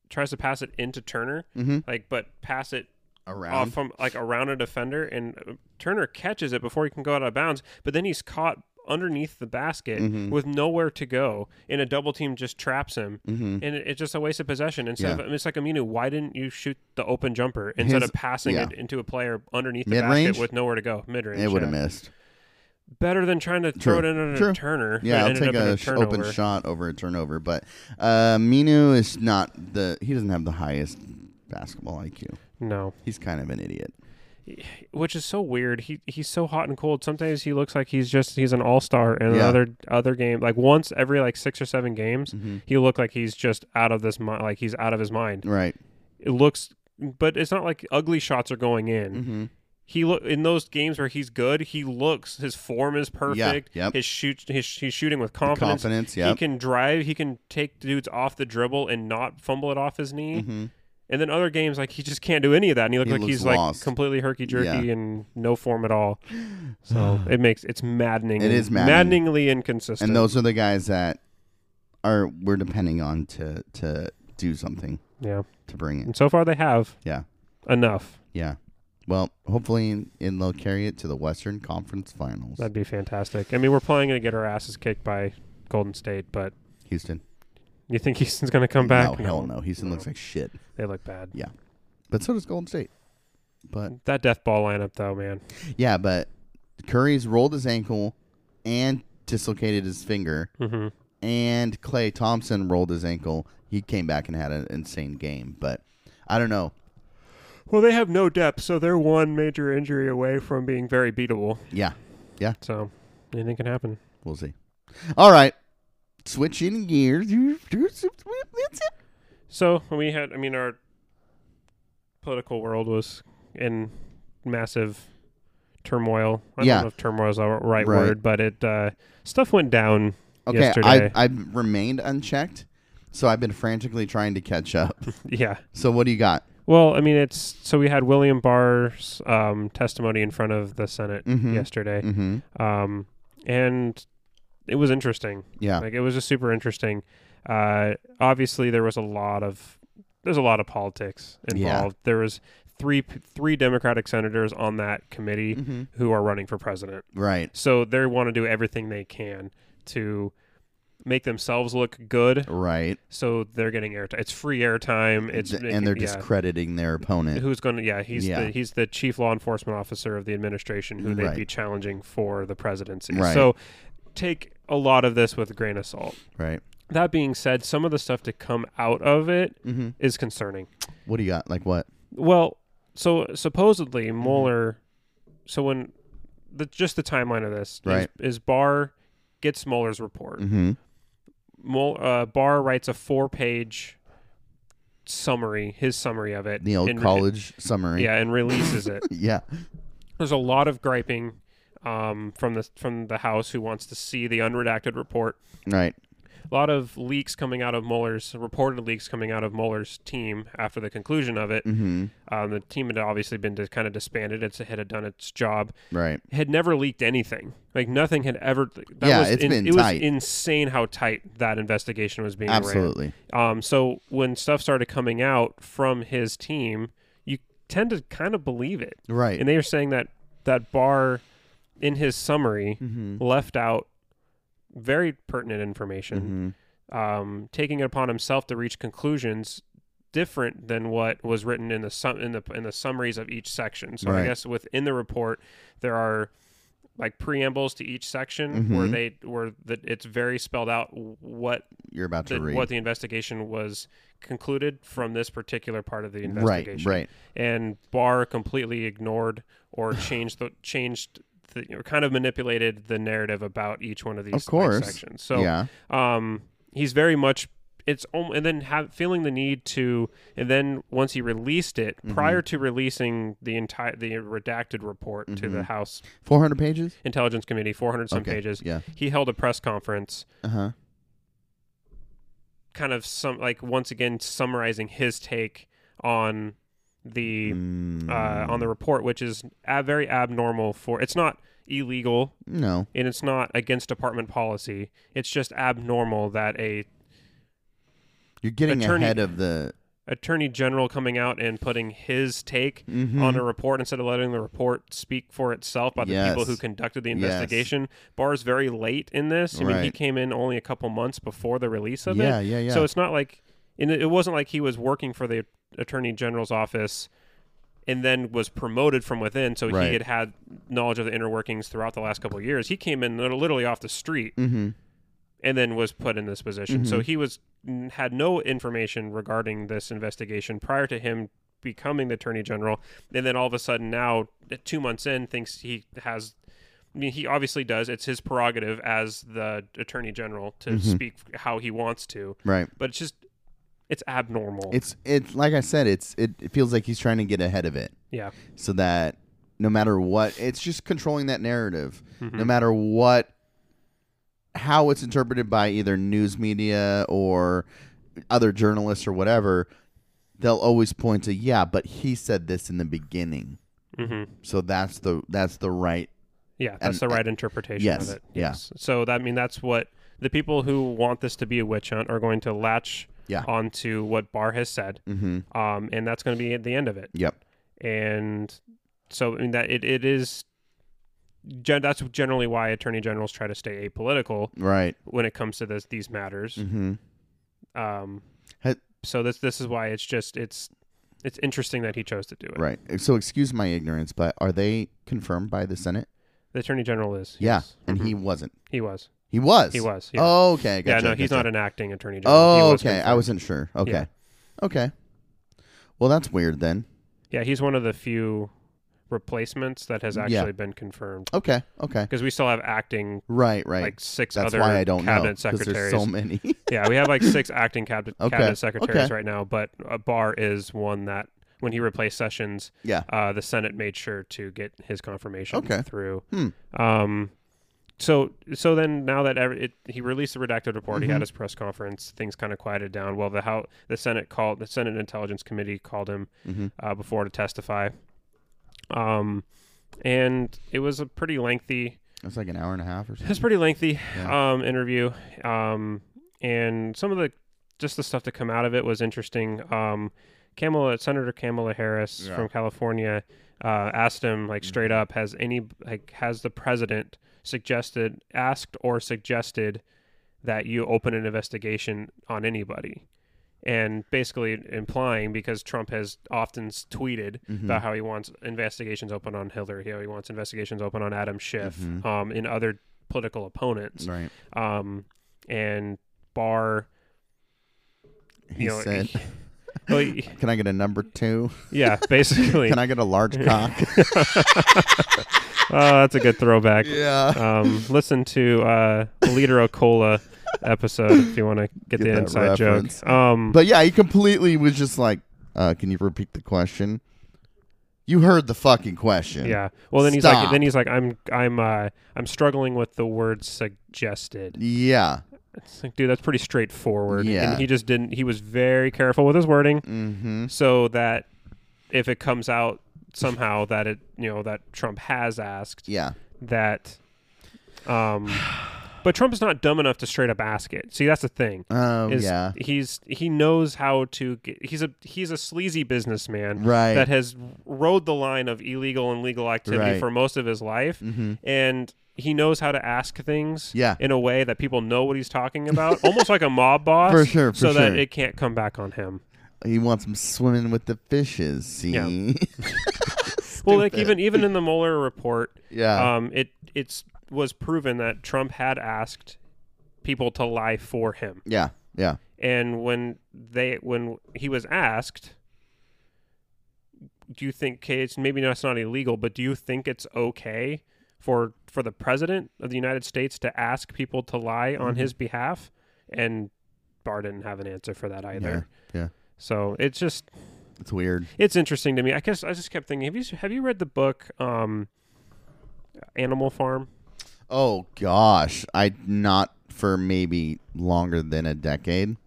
S2: tries to pass it into Turner,
S1: Mm-hmm.
S2: like but pass it
S1: Around.
S2: off Uh, from like around a defender and uh, Turner catches it before he can go out of bounds, but then he's caught underneath the basket
S1: Mhm.
S2: with nowhere to go and a double team just traps him
S1: Mm-hmm.
S2: and it, it's just a waste of possession. Instead
S1: Yeah.
S2: of I mean, it's like Aminu, why didn't you shoot the open jumper instead
S1: His-
S2: of passing
S1: yeah.
S2: it into a player underneath the
S1: Mid-range?
S2: basket with nowhere to go? Mid range.
S1: It would have
S2: yeah.
S1: missed.
S2: better than trying to throw
S1: True.
S2: it in
S1: True.
S2: a Turner. *laughs*
S1: Yeah,
S2: that
S1: I'll
S2: ended
S1: take
S2: up in
S1: a, sh- open
S2: turnover.
S1: shot over a turnover, but uh, Minu is not the. He doesn't have the highest basketball IQ.
S2: No,
S1: He's kind of an idiot.
S2: which is so weird. He he's so hot and cold. Sometimes he looks like he's just he's an all star, and
S1: Yeah.
S2: other other game like once every like six or seven games,
S1: Mm-hmm.
S2: he looked like he's just out of this mind. Like he's out of his mind.
S1: Right.
S2: It looks, but it's not like ugly shots are going in.
S1: Mm-hmm.
S2: he look in those games where he's good. He looks his form is perfect.
S1: yep.
S2: His shoot, his he's shooting with confidence.
S1: Confidence.
S2: He
S1: Yep.
S2: can drive. He can take dudes off the dribble and not fumble it off his knee.
S1: Mhm.
S2: And then other games, like he just can't do any of that, and he looks
S1: He
S2: like
S1: looks
S2: he's
S1: lost.
S2: like completely herky jerky
S1: Yeah.
S2: and no form at all. So it makes it's maddening.
S1: It is maddening.
S2: maddeningly inconsistent.
S1: And those are the guys that are we're depending on to to do something
S2: yeah,
S1: to bring it.
S2: and so far they have
S1: Yeah,
S2: enough.
S1: yeah. Well, hopefully, in, in they'll carry it to the Western Conference Finals.
S2: That'd be fantastic. I mean, we're probably going to get our asses kicked by Golden State, but
S1: Houston.
S2: you think *laughs* Houston's going to come back?
S1: No, hell no. Houston looks like shit.
S2: They look bad.
S1: Yeah. But so does Golden State. But
S2: That death ball lineup, though, man.
S1: yeah, but Curry's rolled his ankle and dislocated his finger,
S2: hmm
S1: and Clay Thompson rolled his ankle. He came back and had an insane game, but I don't know.
S2: Well, they have no depth, so they're one major injury away from being very beatable.
S1: Yeah,
S2: So anything can happen.
S1: we'll see. All right, switching gears.
S2: So we had, I mean, our political world was in massive turmoil. I
S1: Yeah.
S2: don't know if turmoil is the
S1: Right.
S2: right, word, but it uh, stuff went down.
S1: Okay, I
S2: Yesterday.
S1: I've remained unchecked, so I've been frantically trying to catch
S2: *laughs*
S1: up.
S2: Yeah.
S1: So what do you got?
S2: Well, I mean, it's so we had William Barr's um, testimony in front of the Senate
S1: Mhm.
S2: yesterday,
S1: Mm-hmm.
S2: um, and it was interesting.
S1: Yeah,
S2: Like it was just super interesting. Uh, obviously, there was a lot of there's a lot of politics
S1: Yeah.
S2: involved. There was three p- three Democratic senators on that committee
S1: Mhm.
S2: who are running for president,
S1: right.
S2: so they want to do everything they can to make themselves look good.
S1: Right,
S2: So they're getting airtime. It's free airtime. It's
S1: and they're
S2: yeah.
S1: discrediting their opponent.
S2: Who's going to? Yeah, he's
S1: Yeah.
S2: the he's the chief law enforcement officer of the administration who they'd
S1: Right.
S2: be challenging for the presidency.
S1: Right.
S2: So take a lot of this with a grain of salt.
S1: Right.
S2: That being said, some of the stuff to come out of it is
S1: Mhm.
S2: concerning.
S1: What do you got? Like what?
S2: Well, so supposedly
S1: Mm-hmm.
S2: Mueller, so when the just the timeline of this
S1: Right.
S2: is, is Barr gets Mueller's report.
S1: Mm-hmm.
S2: Muel- uh, Barr writes a four-page summary, his summary of it.
S1: The old
S2: and re-
S1: college summary.
S2: yeah, and
S1: *laughs*
S2: releases it.
S1: Yeah.
S2: there's a lot of griping um, from the from the House who wants to see the unredacted report.
S1: Right.
S2: A lot of leaks coming out of Mueller's reported leaks coming out of Mueller's team after the conclusion of it.
S1: Mm-hmm.
S2: Um, the team had obviously been dis- kind of disbanded. It's it had done its job.
S1: Right.
S2: Had never leaked anything. Like nothing had ever. That
S1: Yeah,
S2: was
S1: it's been
S2: it
S1: tight.
S2: was insane how tight that investigation was being ran.
S1: Absolutely.
S2: Um, so when stuff started coming out from his team, you tend to kind of believe it
S1: Right.
S2: and they are saying that that Barr, in his summary,
S1: Mm-hmm.
S2: left out very pertinent information,
S1: hmm
S2: um, taking it upon himself to reach conclusions different than what was written in the sum in the in the summaries of each section. So
S1: Right.
S2: I guess within the report there are like preambles to each section where
S1: Mhm.
S2: they where the, it's very spelled out what
S1: You're about to
S2: the,
S1: read.
S2: what the investigation was concluded from this particular part of the
S1: right.
S2: investigation
S1: Right.
S2: and Barr completely ignored
S1: *laughs*
S2: or changed the changed the, or kind of manipulated the narrative about each one of these
S1: Of course.
S2: like, sections. So
S1: yeah.
S2: um, he's very much it's om- and then have, feeling the need to and then once he released it
S1: Mm-hmm.
S2: prior to releasing the entire the redacted report to the House
S1: Four hundred pages.
S2: Intelligence Committee, 400 some
S1: Mm-hmm. Okay,
S2: pages.
S1: yeah.
S2: He held a press conference
S1: Uh huh.
S2: kind of some like once again summarizing his take on the
S1: Mm.
S2: uh, on the report, which is a very abnormal for it's not illegal
S1: No.
S2: and it's not against department policy. It's just abnormal that a
S1: You're getting
S2: Attorney-
S1: ahead of the.
S2: attorney general coming out and putting his take
S1: Mhm.
S2: on a report instead of letting the report speak for itself by the people
S1: Yes.
S2: who conducted the
S1: Yes.
S2: investigation. Barr's very late in this. I mean, he
S1: Right.
S2: came in only a couple months before the release of
S1: Yeah,
S2: it.
S1: yeah, yeah.
S2: So it's not like, and it it wasn't like he was working for the attorney general's office and then was promoted from within. So
S1: Right.
S2: he had had knowledge of the inner workings throughout the last couple of years. He came in literally off the street
S1: Mm-hmm.
S2: and then was put in this position. So he was n- had no information regarding this investigation prior to him becoming the attorney general, and then all of a sudden now, at two months in, thinks he has. I mean, he obviously does. It's his prerogative as the attorney general to
S1: Mm-hmm.
S2: speak how he wants to,
S1: Right.
S2: but it's just it's abnormal.
S1: It's it's like I said. It's it, it feels like he's trying to get ahead of it
S2: yeah,
S1: so that no matter what, it's just controlling that narrative.
S2: Mm-hmm.
S1: No matter what, how it's interpreted by either news media or other journalists or whatever, they'll always point to yeah, but he said this in the beginning,
S2: hmm
S1: so that's the that's the right.
S2: Yeah, that's
S1: And-
S2: the right interpretation
S1: yes,
S2: of it.
S1: yeah.
S2: So that I mean that's what the people who want this to be a witch hunt are going to latch
S1: Yeah.
S2: onto what Barr has said,
S1: Mm-hmm.
S2: um, and that's going to be at the end of it.
S1: Yep.
S2: And so I mean that it, it is. Gen- that's generally why attorney generals try to stay apolitical
S1: Right.
S2: when it comes to this, these matters.
S1: Mm-hmm.
S2: Um,
S1: Mm. Ha-
S2: so this this is why it's just it's it's interesting that he chose to do it.
S1: Right. So excuse my ignorance, but are they confirmed by the Senate?
S2: The attorney general is
S1: Yeah,
S2: yes.
S1: and he wasn't.
S2: he was
S1: He was.
S2: He was, yeah.
S1: Oh, okay.
S2: yeah
S1: Gotcha,
S2: no he's
S1: gotcha.
S2: not an acting attorney general. He
S1: Oh,
S2: was
S1: okay. I
S2: confirmed.
S1: wasn't sure. Okay.
S2: Yeah.
S1: Okay. Well, that's weird then.
S2: Yeah, he's one of the few replacements that has
S1: Yeah.
S2: actually been confirmed
S1: Okay. Okay.
S2: because we still have acting
S1: Right. Right.
S2: like six
S1: that's
S2: other
S1: why I don't know
S2: cabinet
S1: because there's
S2: secretaries.
S1: so many.
S2: *laughs* yeah, we have like
S1: *laughs*
S2: six acting cabinet
S1: Okay,
S2: cabinet secretaries
S1: okay.
S2: right now, but uh, Barr is one that when he replaced Sessions,
S1: yeah.
S2: uh, the Senate made sure to get his confirmation
S1: Okay.
S2: through.
S1: Hmm.
S2: Um, so so then now that every, it, he released the redacted report, he
S1: Mm-hmm.
S2: had his press conference. Things kind of quieted down. Well, the how the Senate called the Senate Intelligence Committee called him
S1: Mhm.
S2: uh, before to testify. Um, and it was a pretty lengthy.
S1: That's like an hour and a half or
S2: It *laughs*
S1: something.
S2: was pretty lengthy um, interview. Um, and some of the just the stuff to come out of it was interesting. Um, Kamala Senator Kamala Harris
S1: Yeah. Mm-hmm.
S2: from California uh, asked him like straight up, has any like has the president suggested, asked or suggested that you open an investigation on anybody? And basically implying because Trump has often s- tweeted
S1: Mm-hmm.
S2: about how he wants investigations open on Hillary, how he wants investigations open on Adam Schiff, um, and other political opponents.
S1: Mm-hmm. Right.
S2: Um, and Barr,
S1: He
S2: you know,
S1: said,
S2: he- *laughs* well, he-
S1: *laughs* "Can I get a number
S2: *laughs*
S1: two? *laughs*
S2: yeah, basically.
S1: Can I get a
S2: *laughs*
S1: large cock?"
S2: oh, that's a good throwback.
S1: yeah.
S2: Um, listen to uh, Leader Ocola episode if you want to
S1: Get
S2: get, the
S1: that
S2: inside
S1: reference.
S2: joke. Um,
S1: But yeah, he completely was just like, uh, "Can you repeat the question?" You heard the fucking question.
S2: yeah. Well, then he's like,
S1: Stop.
S2: then he's like, I'm, I'm, uh, I'm struggling with the word suggested.
S1: Yeah.
S2: It's like, dude, that's pretty straightforward.
S1: Yeah.
S2: And he just didn't, he was very careful with his wording
S1: Mm-hmm.
S2: so that if it comes out somehow that it, you know, that Trump has asked
S1: Yeah.
S2: that, um, *sighs* but Trump's not dumb enough to straight up ask it. See, that's the thing.
S1: Oh
S2: is
S1: yeah.
S2: he's he knows how to get, he's a he's a sleazy businessman
S1: Right.
S2: that has rode the line of illegal and legal activity
S1: Right. Mm-hmm.
S2: for most of his life and he knows how to ask things
S1: Yeah.
S2: in a way that people know what he's talking about almost like a mob *laughs* boss
S1: For sure, for
S2: so that
S1: sure.
S2: it can't come back on him
S1: He wants him swimming with the fishes. See.
S2: Yeah. well like even even in the Mueller report
S1: *laughs* Yeah.
S2: um it it's was proven that Trump had asked people to lie for him
S1: yeah. Yeah.
S2: And when they when he was asked, do you think okay, it's maybe that's not illegal, but do you think it's okay for for the president of the United States to ask people to lie on
S1: Mm-hmm.
S2: his behalf? And Barr didn't have an answer for that either.
S1: Yeah. Yeah.
S2: So it's just
S1: It's weird.
S2: it's interesting to me. I guess I just kept thinking, have you have you read the book um, Animal Farm?
S1: Oh gosh, I not for maybe longer than a decade.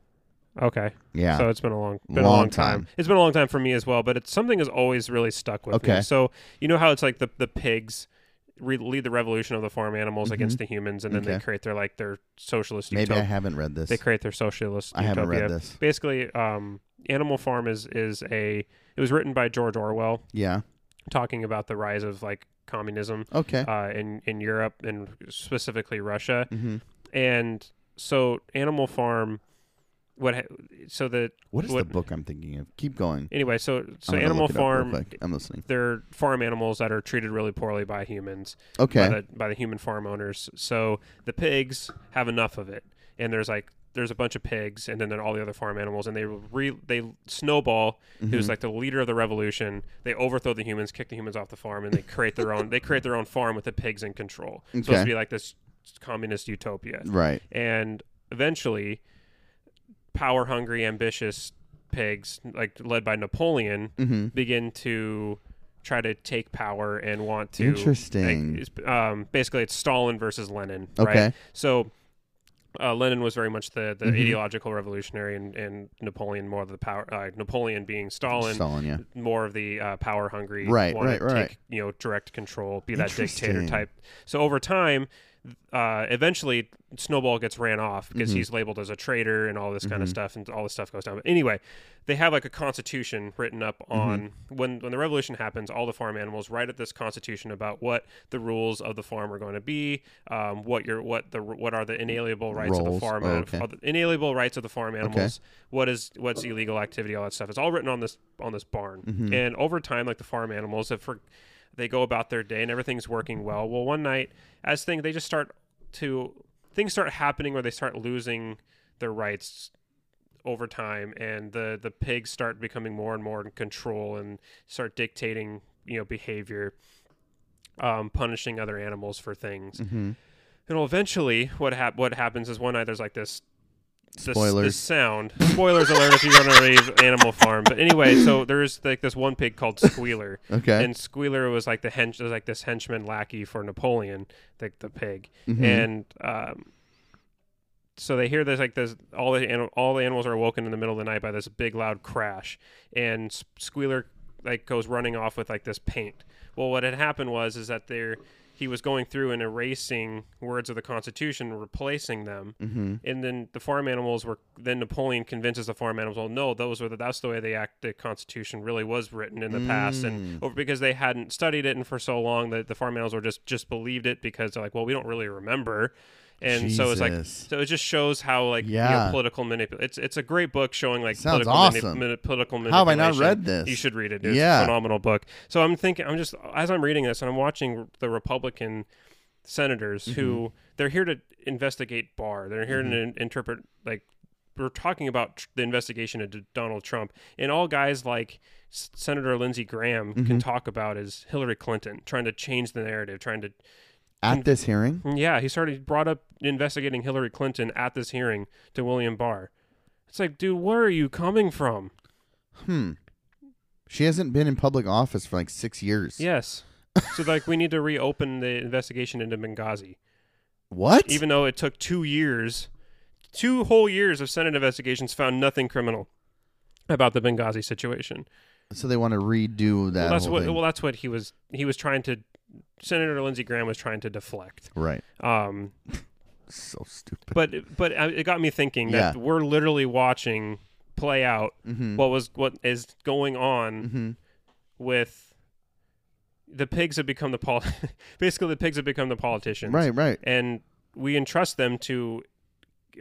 S2: Okay.
S1: Yeah.
S2: So it's been a long, been a
S1: Long
S2: long time.
S1: time.
S2: It's been a long time for me as well, but it's something has always really stuck with me.
S1: Okay.
S2: So you know how it's like the the pigs re- lead the revolution of the farm animals against the humans, and then they
S1: Mm-hmm. Okay.
S2: create their like their socialist
S1: maybe I
S2: utopia.
S1: haven't read this.
S2: They create their socialist.
S1: I
S2: utopia.
S1: haven't read this.
S2: Basically, um, Animal Farm is is a. It was written by George Orwell,
S1: Yeah.
S2: talking about the rise of like communism
S1: Okay.
S2: uh, in in Europe and specifically Russia.
S1: Mhm.
S2: And so Animal Farm, what? ha- So the
S1: What is
S2: what-
S1: the book I'm thinking of? Keep going.
S2: anyway, so
S1: I'm
S2: so
S1: gonna
S2: Animal
S1: look it up real
S2: Farm,
S1: quick. I'm listening.
S2: they're farm animals that are treated really poorly by humans,
S1: Okay.
S2: by the by the human farm owners. So the pigs have enough of it, and there's like there's a bunch of pigs, and then there are all the other farm animals, and they re they snowball.
S1: Mm-hmm.
S2: Who's like the leader of the revolution? They overthrow the humans, kick the humans off the farm, and they create their own they create their own farm with the pigs in control. It's supposed
S1: Okay.
S2: to be like this communist utopia
S1: right.
S2: and eventually power hungry ambitious pigs like led by napoleon
S1: Mm-hmm.
S2: begin to try to take power and want to
S1: Interesting.
S2: like, it's- um, basically it's stalin versus lenin
S1: Okay.
S2: right so uh, Lenin was very much the, the
S1: Mhm.
S2: ideological revolutionary, and, and Napoleon more of the power. Uh, Napoleon being Stalin,
S1: Stalin, yeah.
S2: more of the uh, power hungry,
S1: Right,
S2: wanna
S1: right, right.
S2: Take, you know, direct control, be that dictator
S1: Interesting.
S2: type. So over time, uh, eventually, Snowball gets ran off because
S1: Mm-hmm.
S2: he's labeled as a traitor and all this kind of stuff, and all this stuff goes down. But anyway, they have like a constitution written up on
S1: Mm-hmm.
S2: when when the revolution happens. All the farm animals write at this constitution about what the rules of the farm are going to be, um, what your what the what are the inalienable rights of the
S1: Roles.
S2: farm
S1: Oh,
S2: anim-
S1: okay.
S2: of the inalienable rights of the farm animals. What is what's illegal activity, all that stuff. It's all written on this on this barn.
S1: Mm-hmm.
S2: And over time, like the farm animals, if for, they go about their day and everything's working well, well, one night as thing they just start to things start happening where they start losing their rights over time and the the pigs start becoming more and more in control and start dictating you know behavior um, punishing other animals for things
S1: Mm-hmm.
S2: and well, eventually what hap- what happens is one night there's like this this,
S1: Spoilers.
S2: this sound spoilers alert if you're on a rave animal farm but anyway
S1: *laughs*
S2: so there's like this one pig called squealer
S1: Okay.
S2: and Squealer was like the hench, was like this henchman lackey for Napoleon, like the pig,
S1: Mm-hmm.
S2: and um, so they hear there's like this all the anim- all the animals are awoken in the middle of the night by this big loud crash, and S- Squealer like goes running off with like this paint. Well, what had happened was is that there he was going through and erasing words of the Constitution, replacing them, and then the farm animals were. Then Napoleon convinces the farm animals, well, no, those were the, that's the way the act the Constitution really was written in the past, and over because they hadn't studied it and for so long that the farm animals were just just believed it because they're like, well, we don't really remember. And so it's like
S1: Jesus.
S2: so it just shows how like you know,
S1: Yeah.
S2: political manipulation. It's it's a great book showing like
S1: Sounds
S2: political,
S1: awesome.
S2: mani- mani- political
S1: How have I
S2: manipulation.
S1: not read this?
S2: You should read it. It's
S1: Yeah.
S2: a phenomenal book. So I'm thinking I'm just as I'm reading this and I'm watching the Republican senators who
S1: Mm-hmm.
S2: they're here to investigate Barr. They're here to in- interpret like we're talking about tr- the investigation into Donald Trump, and all guys like S- Senator Lindsey Graham
S1: Mm-hmm.
S2: can talk about is Hillary Clinton trying to change the narrative, trying to
S1: At this hearing,
S2: yeah, he started he brought up investigating Hillary Clinton at this hearing to William Barr. It's like, dude, where are you coming from?
S1: she hasn't been in public office for like six years.
S2: Yes. so like we need to reopen the investigation into Benghazi.
S1: What?
S2: Even though it took two years, two whole years of Senate investigations found nothing criminal about the Benghazi situation.
S1: so they want to redo that.
S2: well, that's
S1: whole
S2: what
S1: thing.
S2: well that's what he was he was trying to Senator Lindsey Graham was trying to deflect.
S1: right.
S2: Um,
S1: So stupid.
S2: but but uh, it got me thinking that
S1: Yeah.
S2: we're literally watching play out what was what is going
S1: Mm-hmm.
S2: on with the pigs have become the pol- *laughs* basically the pigs have become the politicians
S1: Right. Right.
S2: and we entrust them to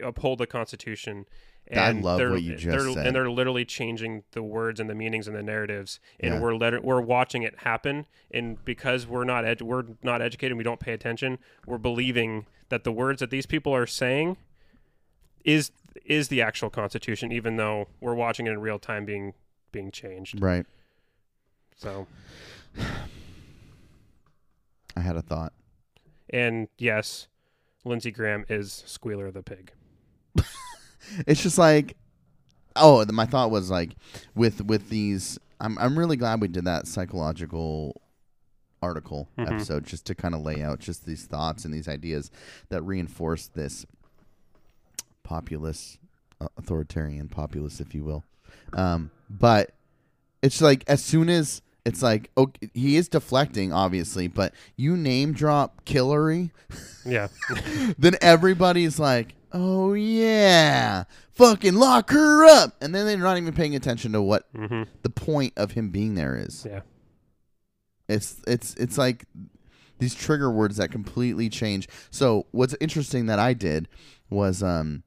S2: uphold the constitution and
S1: I love
S2: they're-
S1: what you just
S2: they're-
S1: said.
S2: and they're literally changing the words and the meanings and the narratives and
S1: Yeah.
S2: we're let we're watching it happen and because we're not ed- we're not educated and we don't pay attention we're believing that the words that these people are saying is is the actual constitution even though we're watching it in real time being being changed
S1: Right.
S2: so
S1: I had a thought.
S2: and yes lindsey graham is squealer the pig
S1: It's just like, oh, the, my thought was like, with with these, I'm I'm really glad we did that psychological article episode just to kind of lay out just these thoughts and these ideas that reinforce this populist, uh, authoritarian populist, if you will. Um, but it's like as soon as it's like, okay, he is deflecting, obviously, but you name drop Hillary
S2: yeah *laughs*
S1: then everybody's like, "Oh yeah, fucking lock her up," and then they're not even paying attention to what
S2: hmm
S1: the point of him being there is.
S2: yeah
S1: It's it's it's like these trigger words that completely change. So what's interesting that I did was um.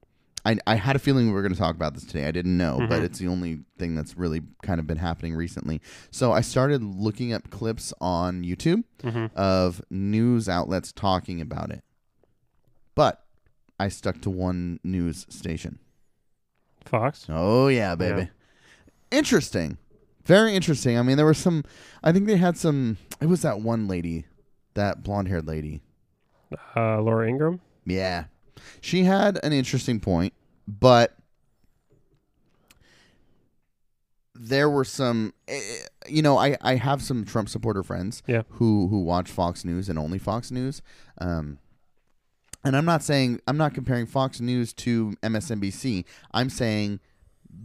S1: I, I had a feeling we were going to talk about this today. I didn't know, but it's the only thing that's really kind of been happening recently. So I started looking up clips on YouTube of news outlets talking about it. But I stuck to one news station.
S2: fox
S1: Oh yeah, baby. Interesting. Very interesting. I mean, there were some I think they had some it was that one lady, that blonde-haired lady.
S2: uh, Laura Ingram.
S1: Yeah. She had an interesting point, but there were some eh, you know, I I have some Trump supporter friends
S2: Yeah.
S1: who who watch Fox News and only Fox News. Um and I'm not saying I'm not comparing Fox News to MSNBC. I'm saying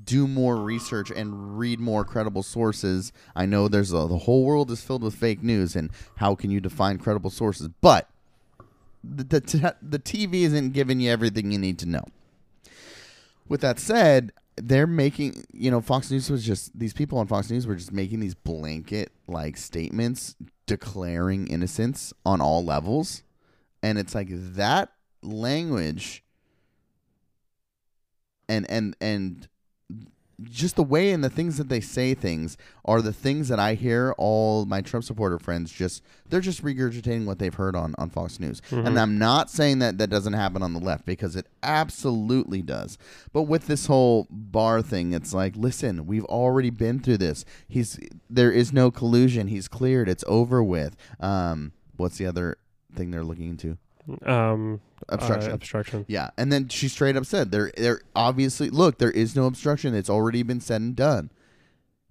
S1: do more research and read more credible sources. I know there's a, the whole world is filled with fake news, and how can you define credible sources? But the the, t- the TV isn't giving you everything you need to know. With that said, they're making you know Fox News was just these people on Fox News were just making these blanket like statements declaring innocence on all levels and it's like that language and and and just the way and the things that they say things are the things that I hear all my Trump supporter friends just they're just regurgitating what they've heard on on Fox News. And I'm not saying that that doesn't happen on the left because it absolutely does. But with this whole bar thing, it's like, listen, we've already been through this. He's there is no collusion. He's cleared. It's over with. Um what's the other thing they're looking into?
S2: Um, uh,
S1: Obstruction.
S2: obstruction.
S1: Yeah, and then she straight up said, "There, there. Obviously, look, there is no obstruction. It's already been said and done."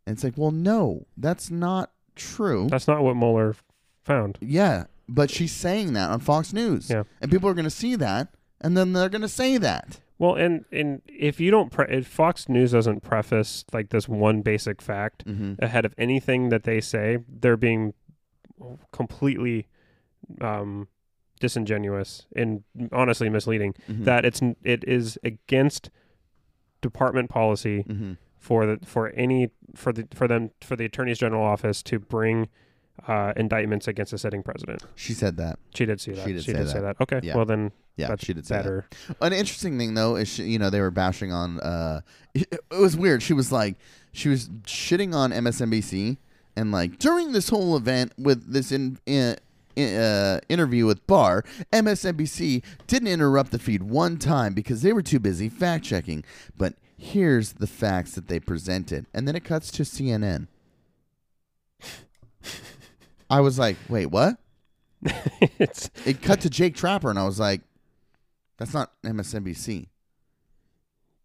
S1: And it's like, well, no, that's not true.
S2: That's not what Mueller found.
S1: yeah, but she's saying that on Fox News.
S2: Yeah.
S1: and people are going to see that, and then they're going to say that.
S2: Well, and and if you don't, pre- if Fox News doesn't preface like this one basic fact ahead of anything that they say, they're being completely um, disingenuous and honestly misleading.
S1: Mm-hmm.
S2: That it's n- it is against department policy
S1: Mm-hmm.
S2: for the for any for the for them for the attorney general office to bring uh, indictments against a sitting president.
S1: She said that.
S2: She did see that.
S1: She did say
S2: say
S1: that.
S2: that. Okay.
S1: Yeah.
S2: Well then,
S1: Yeah,
S2: that's
S1: she did say that.
S2: better. *laughs*
S1: An interesting thing though is she, you know they were bashing on. Uh, it, it was weird. She was like, she was shitting on MSNBC and like during this whole event with this in. in uh, interview with Barr, MSNBC didn't interrupt the feed one time because they were too busy fact checking. But here's the facts that they presented, and then it cuts to CNN. I was like, "Wait, what?"
S2: it's
S1: It cut to Jake Trapper, and I was like, "That's not MSNBC."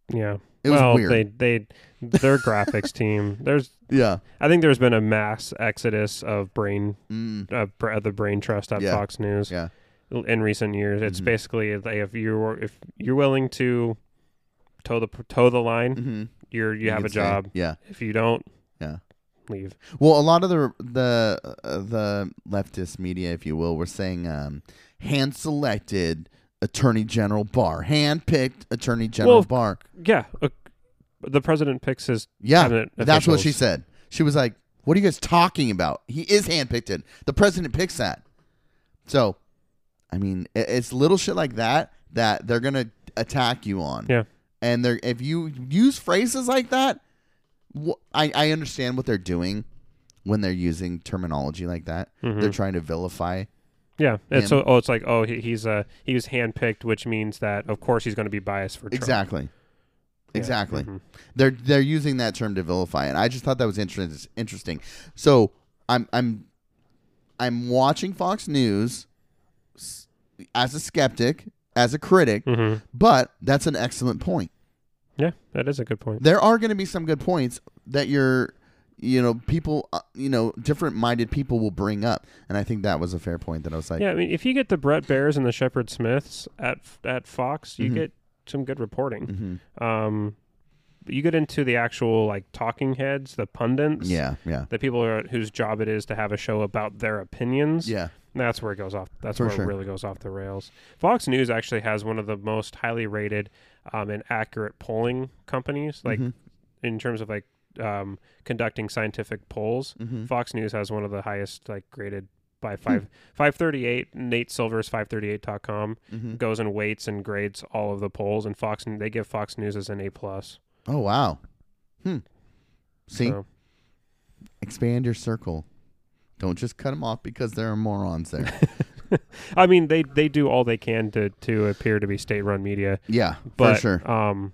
S2: Yeah.
S1: It was
S2: well,
S1: weird.
S2: They they their graphics team. There's
S1: Yeah.
S2: I think there's been a mass exodus of brain
S1: Mm.
S2: uh, br- of the brain trust at
S1: Yeah.
S2: Fox News
S1: Yeah. Mm-hmm.
S2: in recent years. It's basically if- if you're if you're willing to toe the toe the line,
S1: Mm-hmm. You,
S2: you're you, have
S1: can
S2: a
S1: say-
S2: job.
S1: Yeah.
S2: If you don't,
S1: Yeah.
S2: leave.
S1: Well, a lot of the the uh, the leftist media, if you will, were saying um, hand selected Attorney General Barr, hand picked Attorney General
S2: Well,
S1: Barr.
S2: Yeah. uh, the president picks his
S1: Yeah,
S2: cabinet
S1: that's what she
S2: officials.
S1: said. She was like, "What are you guys talking about? He is handpicked. It. The president picks that." So, I mean, i- it's little shit like that that they're gonna attack you on.
S2: Yeah.
S1: and they're if you use phrases like that, wh- I I understand what they're doing when they're using terminology like that. They're trying to vilify.
S2: Yeah.
S1: Him.
S2: It's so oh, it's like oh he, he's uh he was handpicked, which means that of course he's going to be biased for Trump.
S1: Exactly. Exactly. They're they're using that term to vilify, and I just thought that was interesting. Interesting. So I'm I'm I'm watching Fox News s- as a skeptic, as a critic, but that's an excellent point.
S2: Yeah, that is a good point.
S1: There are going to be some good points that you're you know people uh, you know different minded people will bring up and i think that was a fair point that i was like
S2: Yeah, I mean, if you get the Brett Bears and the Shepard Smiths at at Fox, you
S1: Mm-hmm.
S2: get some good reporting.
S1: Mm.
S2: Um, you get into the actual like talking heads, the pundits,
S1: yeah yeah
S2: the people who are, whose job it is to have a show about their opinions.
S1: yeah
S2: that's where it goes off. That's
S1: For
S2: where
S1: sure.
S2: it really goes off the rails. Fox News actually has one of the most highly rated um, and accurate polling companies, like
S1: Mm-hmm.
S2: in terms of like um, conducting scientific polls.
S1: Mm-hmm.
S2: Fox News has one of the highest like graded by
S1: Hmm.
S2: five five thirty eight. Nate Silver's five thirty eight dot com
S1: Mm-hmm.
S2: goes and weights and grades all of the polls, and Fox they give Fox News as an A plus.
S1: oh wow hmm see
S2: So
S1: expand your circle. Don't just cut them off because there are morons there.
S2: *laughs* I mean they they do all they can to to appear to be state run media.
S1: yeah,
S2: but
S1: for sure.
S2: um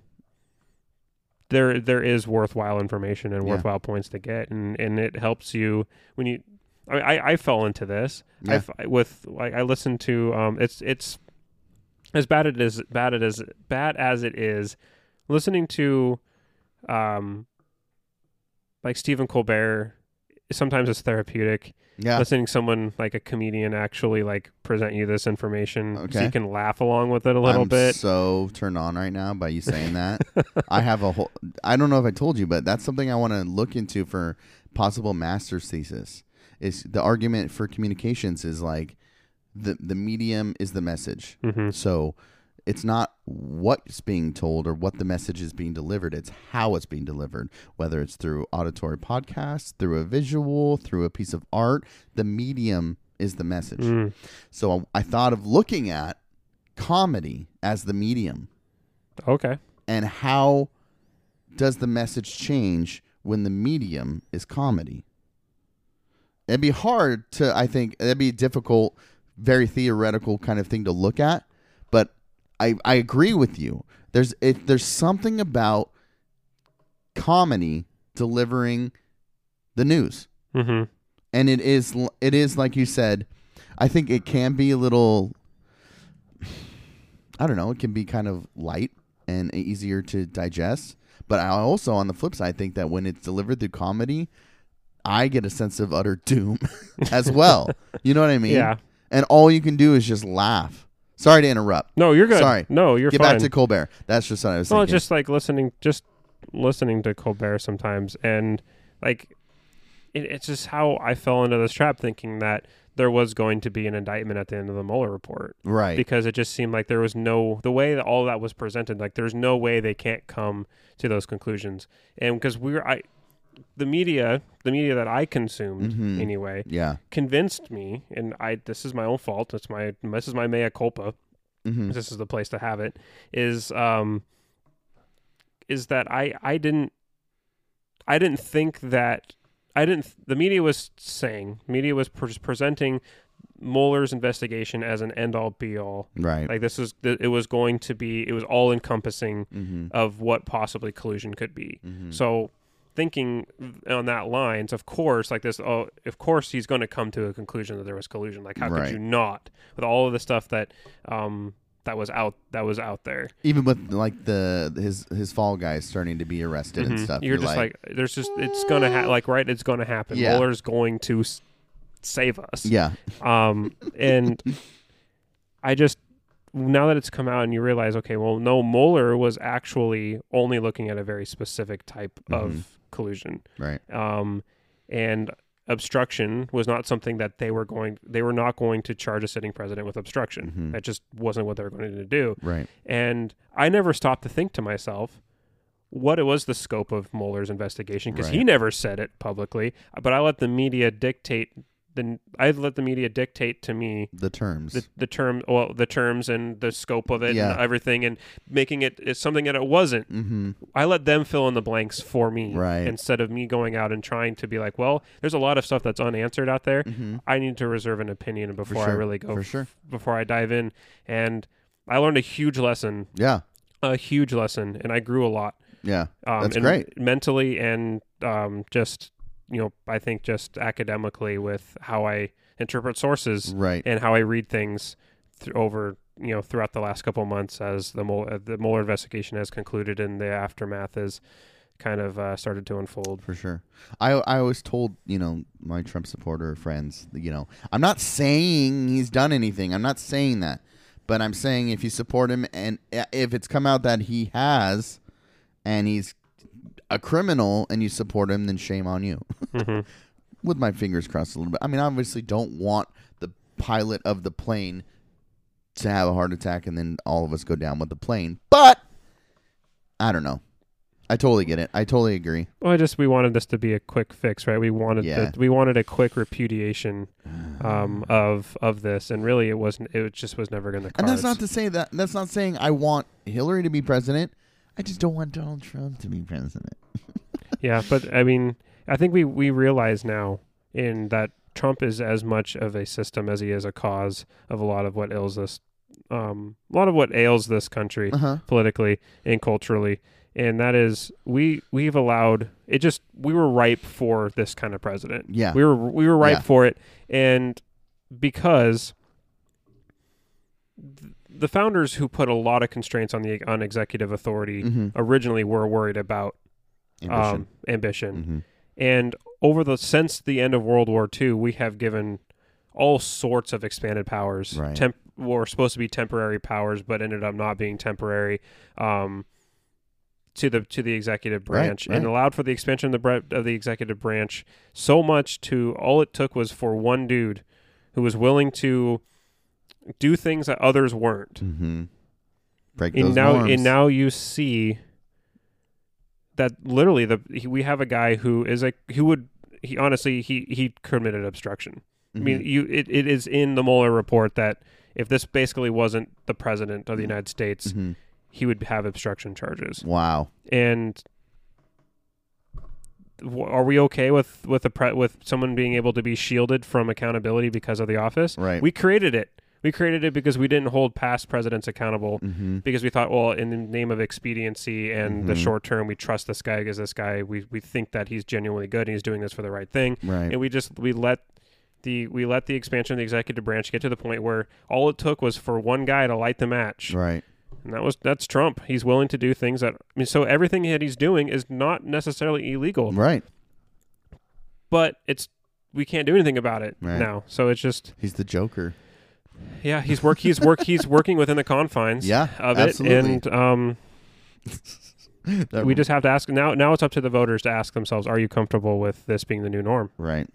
S2: there there is worthwhile information and
S1: Yeah.
S2: worthwhile points to get and and it helps you when you I I, I fell into this
S1: Yeah.
S2: I f with like I listened to um it's it's as bad it is bad it is bad as it is listening to um like Stephen Colbert sometimes it's therapeutic
S1: Yeah.
S2: listening to someone like a comedian actually like present you this information so
S1: Okay.
S2: you can laugh along with it a little
S1: I'm
S2: bit.
S1: so turned on right now by you saying that. I have a whole. I don't know if I told you, but that's something I want to look into for possible master's thesis. Is the argument for communications is like the the medium is the message.
S2: hmm
S1: So it's not what's being told or what the message is being delivered, it's how it's being delivered, whether it's through auditory podcasts, through a visual, through a piece of art. The medium is the message.
S2: Mm.
S1: So I, I thought of looking at comedy as the medium
S2: Okay.
S1: and how does the message change when the medium is comedy? It'd be hard to, I think, that'd be a difficult, very theoretical kind of thing to look at. But I, I agree with you. There's it, there's something about comedy delivering the news,
S2: hmm
S1: and it is l- it is like you said. I think it can be a little. I don't know. It can be kind of light and e, easier to digest. But I also, on the flip side, think that when it's delivered through comedy, I get a sense of utter doom *laughs* as well. you know what I mean?
S2: Yeah.
S1: And all you can do is just laugh. Sorry to interrupt.
S2: No, you're good.
S1: Sorry.
S2: No, you're
S1: get
S2: fine.
S1: back to Colbert. That's just what I was
S2: well, it's
S1: thinking.
S2: just like listening, just listening to Colbert sometimes, and like it, it's just how I fell into this trap, thinking that there was going to be an indictment at the end of the Mueller report
S1: right.
S2: because it just seemed like there was no the way that all that was presented. Like there's no way they can't come to those conclusions, and because we were I. The media, the media that I consumed
S1: Mhm.
S2: anyway,
S1: yeah.
S2: convinced me, and I this is my own fault. It's my this is my mea culpa
S1: hmm
S2: this is the place to have it is um is that i i didn't i didn't think that i didn't the media was saying media was pre- presenting Mueller's investigation as an end all be all
S1: Right.
S2: like this is it was going to be it was all encompassing
S1: mm-hmm.
S2: of what possibly collusion could be
S1: Mm-hmm.
S2: so thinking on that lines, of course, like this, oh, of course he's going to come to a conclusion that there was collusion. Like, how
S1: Right.
S2: could you not with all of the stuff that, um, that was out, that was out there.
S1: Even with like the his his fall guys starting to be arrested and
S2: Mhm.
S1: stuff.
S2: You're, just like, there's just, it's going to ha like, right. It's going to happen.
S1: Yeah.
S2: Mueller's going to s- save us.
S1: yeah.
S2: Um, and I just, now that it's come out and you realize, okay, well, no, Mueller was actually only looking at a very specific type
S1: Mhm.
S2: of collusion.
S1: Right.
S2: um, and obstruction was not something that they were going they were not going to charge a sitting president with obstruction
S1: Mhm.
S2: that just wasn't what they were going to do
S1: Right.
S2: and i never stopped to think to myself what it was the scope of Mueller's investigation because he
S1: Right.
S2: never said it publicly but i let the media dictate the i let the media dictate to me
S1: The terms.
S2: the, the term well the terms and the scope of it
S1: Yeah.
S2: and everything and making it it's something that it wasn't
S1: mm-hmm.
S2: I let them fill in the blanks for me
S1: Right.
S2: instead of me going out and trying to be like, well, there's a lot of stuff that's unanswered out there.
S1: Mm-hmm.
S2: I need to reserve an opinion before I
S1: sure.
S2: really go
S1: For sure.
S2: before I dive in. And I learned a huge lesson,
S1: Yeah.
S2: a huge lesson, and I grew a lot.
S1: Yeah.
S2: Um,
S1: That's
S2: and
S1: great.
S2: mentally and um, just you know, I think just academically with how I interpret sources
S1: Right.
S2: and how I read things th- over you know throughout the last couple of months as the Mueller, uh, the Mueller investigation has concluded and the aftermath is kind of uh, started to unfold.
S1: For sure. I I always told, you know, my Trump supporter friends, you know, I'm not saying he's done anything. I'm not saying that. But I'm saying if you support him and uh, if it's come out that he has and he's a criminal and you support him, then shame on you.
S2: Mhm.
S1: With my fingers crossed a little bit. I mean, I obviously don't want the pilot of the plane to have a heart attack and then all of us go down with the plane. But I don't know. I totally get it. I totally agree.
S2: Well, I just we wanted this to be a quick fix, right? We wanted
S1: Yeah.
S2: the, we wanted a quick repudiation
S1: *sighs*
S2: um, of of this, and really it wasn't. It just was never going to.
S1: And that's not to say that that's not saying I want Hillary to be president. I just don't want Donald Trump to be president.
S2: yeah, but I mean, I think we we realize now in that Trump is as much of a system as he is a cause of a lot of what ails this, um, a lot of what ails this country.
S1: Uh huh.
S2: politically and culturally and that is we we've allowed it just we were ripe for this kind of president
S1: Yeah.
S2: we were we were ripe
S1: Yeah.
S2: for it and because th- the founders who put a lot of constraints on the on executive authority
S1: Mm-hmm.
S2: originally were worried about Um, ambition, um, ambition.
S1: mm-hmm.
S2: and over the since the end of World War II, we have given all sorts of expanded powers.
S1: Right.
S2: Temp- were supposed to be temporary powers, but ended up not being temporary. Um, to the to the executive
S1: Right,
S2: branch and
S1: right.
S2: allowed for the expansion of the bre- of the executive branch so much to all it took was for one dude who was willing to do things that others weren't.
S1: Mm-hmm. Break
S2: And
S1: those
S2: now,
S1: norms.
S2: and now you see that literally the he, we have a guy who is a who would he honestly he he committed obstruction.
S1: Mm-hmm.
S2: I mean, you it, it is in the Mueller report that if this basically wasn't the president of the United States,
S1: Mhm.
S2: he would have obstruction charges.
S1: wow.
S2: And w- are we okay with with a pre- with someone being able to be shielded from accountability because of the office?
S1: Right.
S2: We created it. We created it because we didn't hold past presidents accountable
S1: Mm-hmm.
S2: because we thought, well, in the name of expediency and the
S1: Mhm.
S2: short term, we trust this guy because this guy we we think that he's genuinely good and he's doing this for the right thing,
S1: Right.
S2: and we just we let the we let the expansion of the executive branch get to the point where all it took was for one guy to light the match,
S1: right.
S2: and that was that's Trump. He's willing to do things that I mean, so everything that he's doing is not necessarily illegal,
S1: Right.
S2: but it's we can't do anything about it
S1: Right.
S2: now. So it's just
S1: He's the Joker.
S2: yeah, he's work he's work he's working within the confines
S1: Yeah,
S2: of
S1: absolutely.
S2: it, and um.
S1: That-
S2: *laughs* we just have to ask now. Now it's up to the voters to ask themselves: Are you comfortable with this being the new norm?
S1: right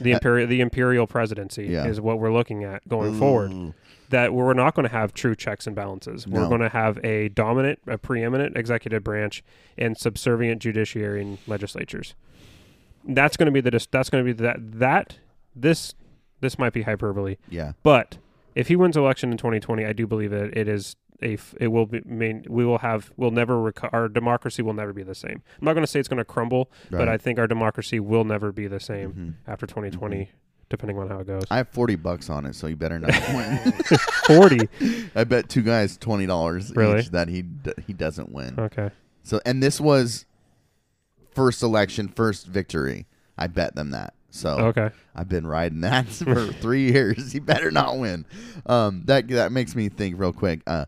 S2: The
S1: Uh,
S2: imperial, the imperial presidency
S1: Yeah.
S2: is what we're looking at going forward.
S1: Ooh.
S2: That we're not going to have true checks and balances. We're
S1: No.
S2: going to have a dominant, a preeminent executive branch, and subservient judiciary and legislatures. That's going to be the. dis- That's going to be that. That this this might be hyperbole,
S1: Yeah.
S2: but if he wins election in 2020, I do believe that it is a f- it will be main we will have we'll never reco- our democracy will never be the same. I'm not going to say it's going to crumble, but
S1: Right.
S2: I think our democracy will never be the same
S1: Mhm.
S2: after 2020,
S1: Mm-hmm.
S2: depending on how it goes.
S1: I have forty bucks on it, so you
S2: *laughs*
S1: better not. win. *laughs*
S2: 40.
S1: I bet two guys twenty dollars
S2: Really?
S1: each that he d- he doesn't win.
S2: Okay.
S1: So and this was first election, first victory. I bet them that. So
S2: Okay.
S1: I've been riding that *laughs* for three years. He better not win. Um, that that makes me think real quick. Uh,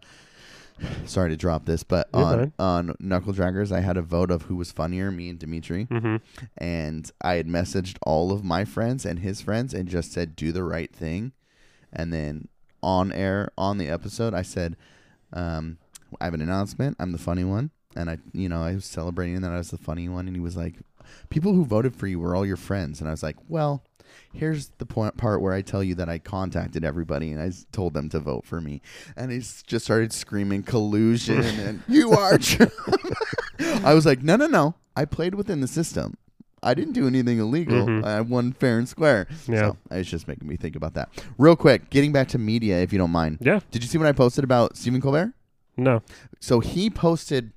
S1: sorry to drop this, but
S2: You're
S1: on
S2: fine.
S1: on Knuckle Draggers, I had a vote of who was funnier, me and Dimitri,
S2: Mhm.
S1: and I had messaged all of my friends and his friends and just said, "Do the right thing," and then on air on the episode, I said, um, "I have an announcement. I'm the funny one." And I, you know, I was celebrating that I was the funny one, and he was like, "People who voted for you were all your friends," and I was like, "Well." here's the point part where I tell you that I contacted everybody and I s- told them to vote for me, and he s- just started screaming collusion and you are Trump. *laughs* I was like, no, no, no. I played within the system. I didn't do anything illegal.
S2: Mhm.
S1: I won fair and square.
S2: Yeah.
S1: So it's just making me think about that. Real quick, getting back to media, if you don't mind.
S2: Yeah.
S1: Did you see what I posted about Stephen Colbert?
S2: No.
S1: So he posted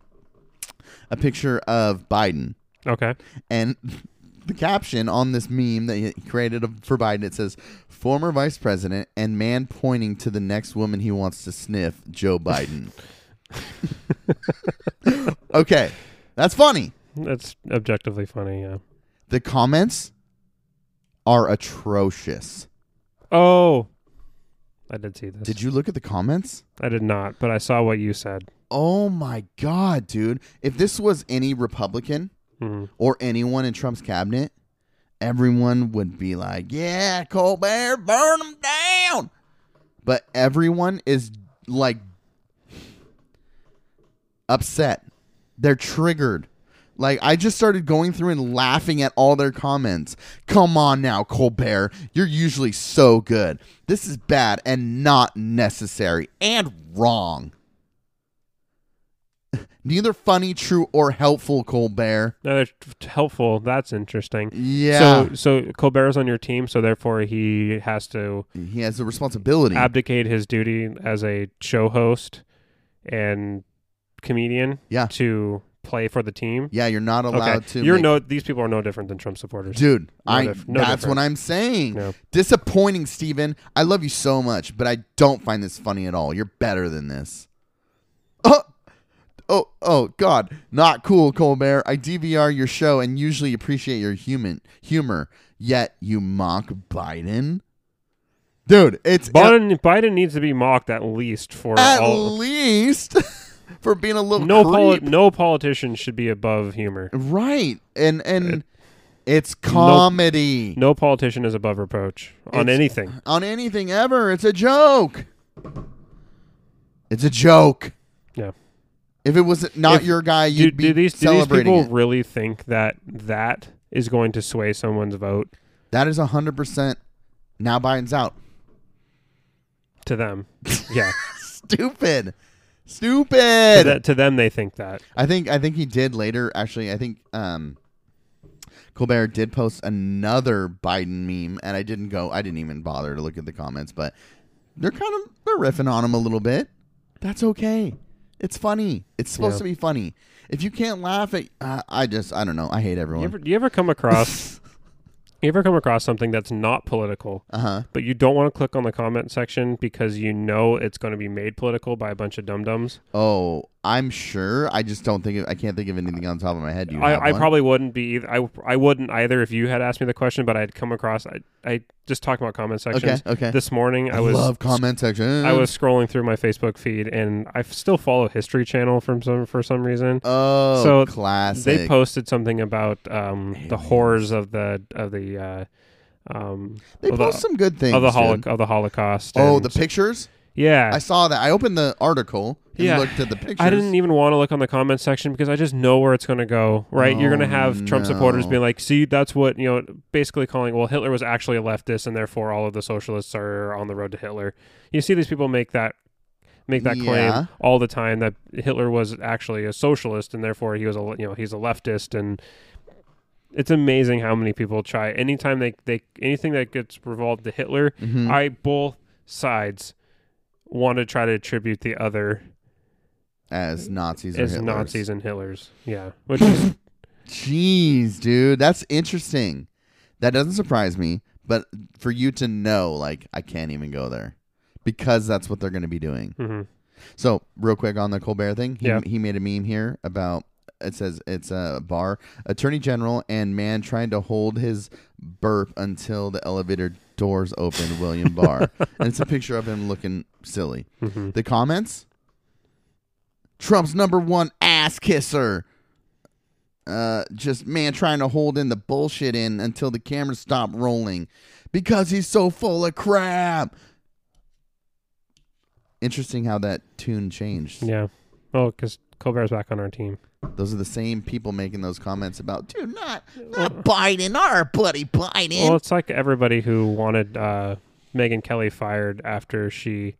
S1: a picture of Biden
S2: Okay.
S1: and *laughs* the caption on this meme that he created for Biden it says former vice president and man pointing to the next woman he wants to sniff Joe Biden. okay, that's funny.
S2: That's objectively funny. Yeah.
S1: The comments are atrocious.
S2: Oh. I did see this.
S1: Did you look at the comments?
S2: I did not, but I saw what you said.
S1: Oh my god, dude. If this was any Republican,
S2: Mhm.
S1: or anyone in Trump's cabinet, everyone would be like, "Yeah, Colbert, burn them down." But everyone is like upset. They're triggered. Like I just started going through and laughing at all their comments. Come on now, Colbert. You're usually so good. This is bad and not necessary and wrong. *laughs* Neither funny, true, or helpful, Colbert.
S2: No, that's t- helpful. That's interesting.
S1: Yeah.
S2: So, so Colbert's on your team, so therefore he has to
S1: he has a responsibility.
S2: abdicate his duty as a show host and comedian.
S1: Yeah.
S2: To play for the team.
S1: yeah, you're not allowed
S2: okay.
S1: to.
S2: You're
S1: make-
S2: no. These people are no different than Trump supporters.
S1: dude.
S2: No
S1: I.
S2: dif- no
S1: that's what
S2: difference.
S1: I'm saying.
S2: No.
S1: Disappointing, Steven. I love you so much, but I don't find this funny at all. You're better than this. Oh, oh, oh, God! Not cool, Colbert. I DVR your show and usually appreciate your human humor. Yet you mock Biden, dude. It's
S2: Biden, Biden needs to be mocked at least for
S1: at
S2: all.
S1: least *laughs* for being a little
S2: No,
S1: creep.
S2: poli- no politician should be above humor.
S1: Right. And and It's comedy.
S2: No politician is above reproach on
S1: It's-
S2: anything.
S1: On anything ever. It's a joke. It's a joke.
S2: Yeah.
S1: If it was not
S2: If-
S1: your guy,
S2: Do,
S1: you'd be
S2: do these do these
S1: celebrating
S2: people
S1: it.
S2: really think that that is going to sway someone's vote
S1: That is 100%. Now Biden's out. *laughs*
S2: to them? Yeah,
S1: Stupid.
S2: to,
S1: Stupid.
S2: that, to them they think that.
S1: I think I think he did later. Actually, I think um, Colbert did post another Biden meme, and I didn't go. I didn't even bother to look at the comments, but they're kind of they're riffing on him a little bit. That's okay. It's funny. It's supposed
S2: Yeah.
S1: to be funny. If you can't laugh at, uh, I just I don't know. I hate
S2: You
S1: everyone.
S2: ever, you ever
S1: *laughs*
S2: come across you ever come across something that's not political,
S1: Uh huh.
S2: but you don't want to click on the comment section because you know it's going to be made political by a bunch of dum dums?
S1: Oh, I'm sure. I just don't think of, I can't think of anything on top of my head. Do you? have
S2: I, I
S1: one?
S2: probably wouldn't be either. I, I wouldn't either if you had asked me the question, but I'd come across. I, I just talking about comment sections.
S1: okay.
S2: This morning, I, was
S1: love comment section.
S2: I was scrolling through my Facebook feed, and I f- still follow History Channel from some for some reason.
S1: oh
S2: So
S1: classic.
S2: They posted something about um, the horrors of the of the uh, um,
S1: They
S2: of the-
S1: post some good things.
S2: of the
S1: dude.
S2: holoc of the Holocaust.
S1: Oh,
S2: and-
S1: the pictures?
S2: yeah.
S1: I saw that. I opened the article and
S2: Yeah.
S1: looked at the pictures.
S2: I didn't e- even want to look on the comment section because I just know where it's going to go, right? You're going
S1: Oh,
S2: to have Trump supporters
S1: no.
S2: being like, see, that's what, you know, basically calling, well, Hitler was actually a leftist and therefore all of the socialists are on the road to Hitler. You see these people make that make that
S1: Yeah.
S2: claim all the time that Hitler was actually a socialist and therefore he was a, you know, he's a leftist and it's amazing how many people try anytime they, they anything that gets revolved to Hitler,
S1: Mhm.
S2: I both sides want to try to attribute the other
S1: As Nazis or
S2: as
S1: Hitlers.
S2: Nazis and Hitlers. Yeah, which is
S1: Jeez, dude, that's interesting. That doesn't surprise me, but for you to know, like, I can't even go there because that's what they're going to be doing.
S2: mhm.
S1: So, real quick on the Colbert thing, he,
S2: Yeah.
S1: he made a meme here about it says it's a bar attorney general and man trying to hold his burp until the elevator doors open. William Barr, and it's a picture of him looking silly.
S2: Mhm.
S1: The comments: Trump's number one ass kisser. Uh, just man trying to hold in the bullshit in until the cameras stop rolling, because he's so full of crap. Interesting how that tune changed.
S2: yeah. Oh, because Colbert's back on our team.
S1: Those are the same people making those comments about, dude, not not Biden, our buddy Biden.
S2: Well, it's like everybody who wanted uh, Megan Kelly fired after she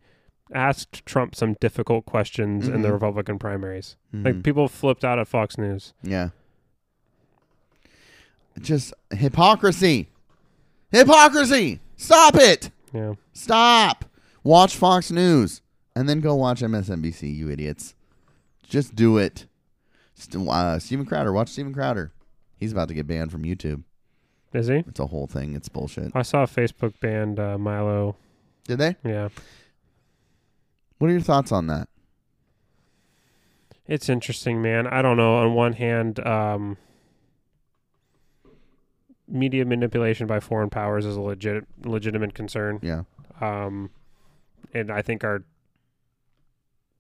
S2: asked Trump some difficult questions in the
S1: Mhm.
S2: Republican primaries.
S1: Mhm.
S2: Like people flipped out at Fox News.
S1: Yeah. Just hypocrisy. Hypocrisy. Stop it.
S2: Yeah.
S1: Stop. Watch Fox News and then go watch MSNBC, you idiots. Just do it. St- uh, Steven Crowder. Watch Steven Crowder. He's about to get banned from YouTube.
S2: Is he?
S1: It's a whole thing. It's bullshit.
S2: I saw Facebook banned uh, Milo.
S1: Did they?
S2: Yeah.
S1: What are your thoughts on that?
S2: It's interesting, man. I don't know. On one hand, um, media manipulation by foreign powers is a legit legitimate concern,
S1: Yeah.
S2: um, and I think our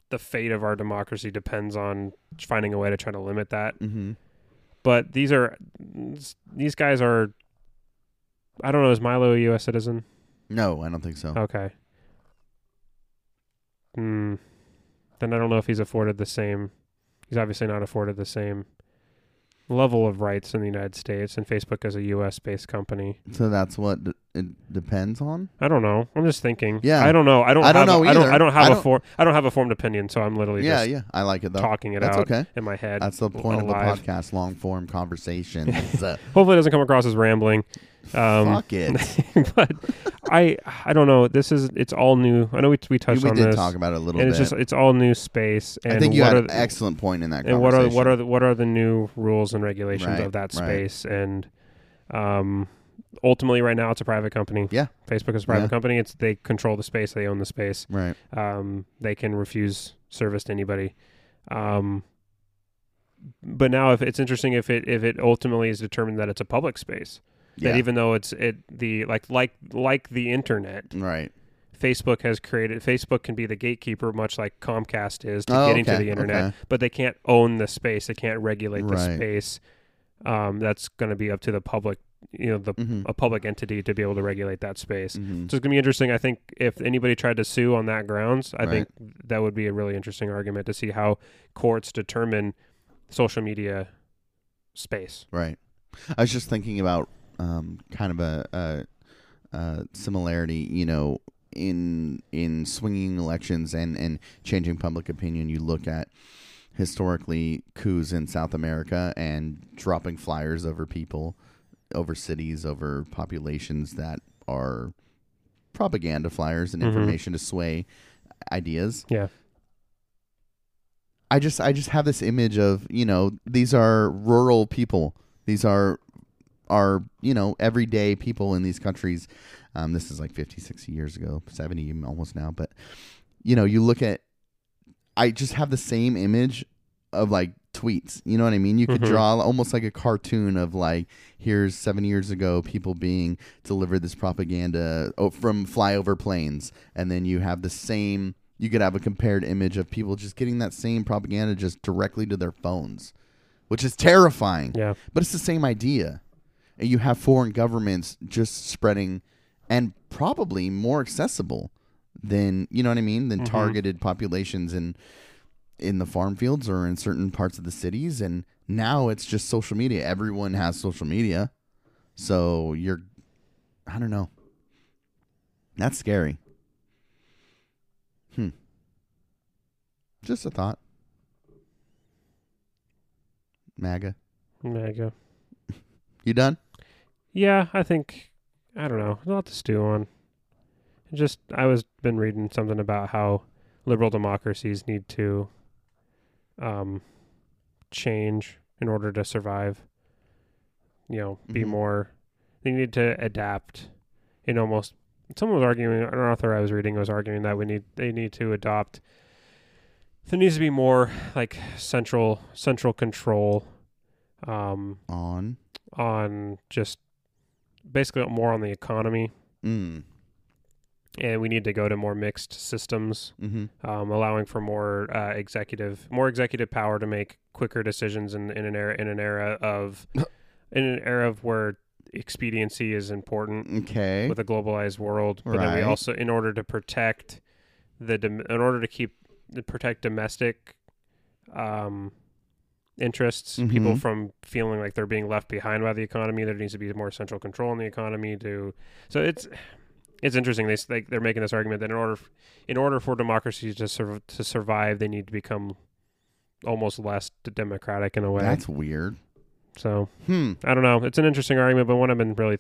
S2: the fate of our democracy depends on finding a way to try to limit that.
S1: Mm-hmm.
S2: But these are these guys are. I don't know. Is Milo a U.S. citizen?
S1: No, I don't think so.
S2: Okay. Hmm. Then I don't know if he's afforded the same. He's obviously not afforded the same level of rights in the United States, and Facebook is a U.S. based company.
S1: So that's what d- it depends on.
S2: I don't know. I'm just thinking.
S1: Yeah.
S2: I don't know. I don't.
S1: I don't
S2: have
S1: know
S2: a, I don't.
S1: either.
S2: I don't have
S1: I
S2: a
S1: don't-
S2: form. I don't have a formed opinion, so I'm literally
S1: Yeah,
S2: just
S1: yeah. I like it though.
S2: talking it
S1: That's
S2: out
S1: okay.
S2: in my head.
S1: That's the point of the
S2: alive.
S1: podcast, long form
S2: *laughs*
S1: conversation.
S2: Hopefully, it doesn't come across as rambling. Um,
S1: Fuck it.
S2: but *laughs* I. I don't know. This is. It's all new. I know we we touched
S1: we
S2: on
S1: did
S2: this.
S1: talk about it a little
S2: and
S1: bit.
S2: it's just it's all new space. And
S1: I think you
S2: what
S1: had
S2: are
S1: an
S2: the-
S1: excellent point in that.
S2: and what are
S1: conversation.
S2: what are the, what are the new rules and regulations
S1: Right,
S2: of that
S1: right.
S2: space and um ultimately right now it's a private company
S1: Yeah.
S2: facebook is a private
S1: Yeah.
S2: company it's they control the space they own the space
S1: right?
S2: um they can refuse service to anybody um but now if it's interesting if it if it ultimately is determined that it's a public space
S1: Yeah,
S2: that even though it's it the like like like the internet
S1: right.
S2: Facebook has created. Facebook can be the gatekeeper, much like Comcast is to
S1: Oh,
S2: getting to
S1: okay,
S2: the internet,
S1: okay.
S2: but they can't own the space. They can't regulate the
S1: Right.
S2: space. um, that's going to be up to the public, you know, the
S1: Mhm.
S2: a public entity to be able to regulate that space.
S1: Mhm.
S2: So it's gonna be interesting. I think if anybody tried to sue on that grounds, I
S1: Right.
S2: think that would be a really interesting argument to see how courts determine social media space.
S1: Right. I was just thinking about um, kind of a, a, a similarity, you know, in in swinging elections and and changing public opinion. You look at historically coups in South America and dropping flyers over people, over cities, over populations that are propaganda flyers and
S2: Mhm.
S1: information to sway ideas.
S2: Yeah.
S1: I just I just have this image of you know these are rural people. These are are you know everyday people in these countries. Um, this is like 50, 60 years ago, seventy even almost now. But you know you look at I just have the same image of like tweets. You know what I mean? You could
S2: Mhm.
S1: draw almost like a cartoon of like here's seven years ago people being delivered this propaganda o- from flyover planes, and then you have the same. You could have a compared image of people just getting that same propaganda just directly to their phones, which is terrifying.
S2: Yeah.
S1: But it's the same idea. And You have foreign governments just spreading and probably more accessible than, you know what I mean, than targeted populations in in the farm fields or in certain parts of the cities and now it's just social media. Everyone has social media. So you're I don't know. That's scary. Hmm. Just a thought. MAGA.
S2: There you go.
S1: You done?
S2: Yeah, I think I don't know. Not to stew on. Just I was been reading something about how liberal democracies need to um, change in order to survive. You know, be
S1: Mhm.
S2: more. They need to adapt. In almost someone was arguing. An author I was reading was arguing that we need they need to adopt. There needs to be more like central central control. Um,
S1: on.
S2: on just basically more on the economy,
S1: Mm.
S2: and we need to go to more mixed systems,
S1: Mm-hmm.
S2: um, allowing for more uh, executive more executive power to make quicker decisions in, in an era in an era of in an era of where expediency is important
S1: Okay.
S2: with a globalized world, but then we
S1: Right.
S2: also in order to protect the dom- in order to keep to protect domestic. Um, interests people
S1: Mhm.
S2: from feeling like they're being left behind by the economy. There needs to be more central control in the economy to. So it's it's interesting. They s- like they're making this argument that in order f- in order for democracies to sur- to survive, they need to become almost less d- democratic in a way.
S1: That's weird.
S2: so
S1: Hmm.
S2: I don't know. It's an interesting argument, but one I've been really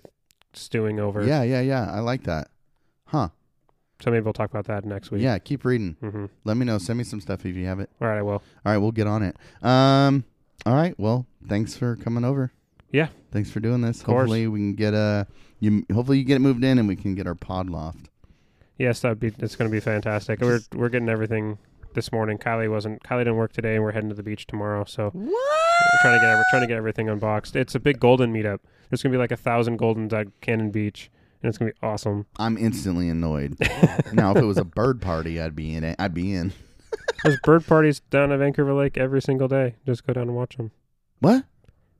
S2: stewing over.
S1: Yeah, yeah, yeah. I like that. Huh.
S2: So maybe we'll talk about that next week.
S1: Yeah, keep reading.
S2: Mm-hmm.
S1: Let me know. Send me some stuff if you have it.
S2: All right, I will.
S1: All right, we'll get on it. Um all right. Well, thanks for coming over.
S2: Yeah.
S1: Thanks for doing this.
S2: course.
S1: Hopefully we can get uh you hopefully you get it moved in and we can get our pod loft.
S2: Yes, that'd be. It's going to be fantastic. We're we're getting everything this morning. Kylie wasn't. Kylie didn't work today, and we're heading to the beach tomorrow. So
S1: What?
S2: We're trying to get we're trying to get everything unboxed. It's a big golden meetup. There's gonna be like a thousand goldens at Cannon Beach, and it's gonna be awesome.
S1: I'm instantly
S2: *laughs*
S1: annoyed. now if it was a bird party, I'd be in it. I'd be in.
S2: There's bird parties down at Vancouver Lake every single day. Just go down and watch them.
S1: What?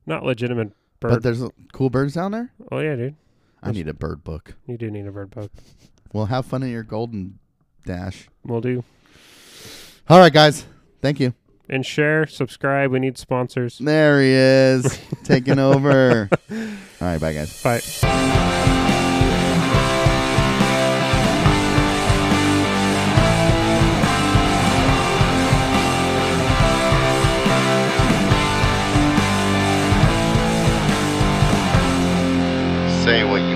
S2: Not legitimate
S1: But
S2: bird.
S1: there's uh, cool birds down there?
S2: oh yeah, dude,
S1: I need a bird book.
S2: you do need a bird book.
S1: Well, have fun at your golden dash.
S2: We'll do
S1: All right, guys. Thank you.
S2: and share, subscribe. We need sponsors.
S1: There he is, taking over. All right, bye, guys.
S2: Bye.
S1: Say what you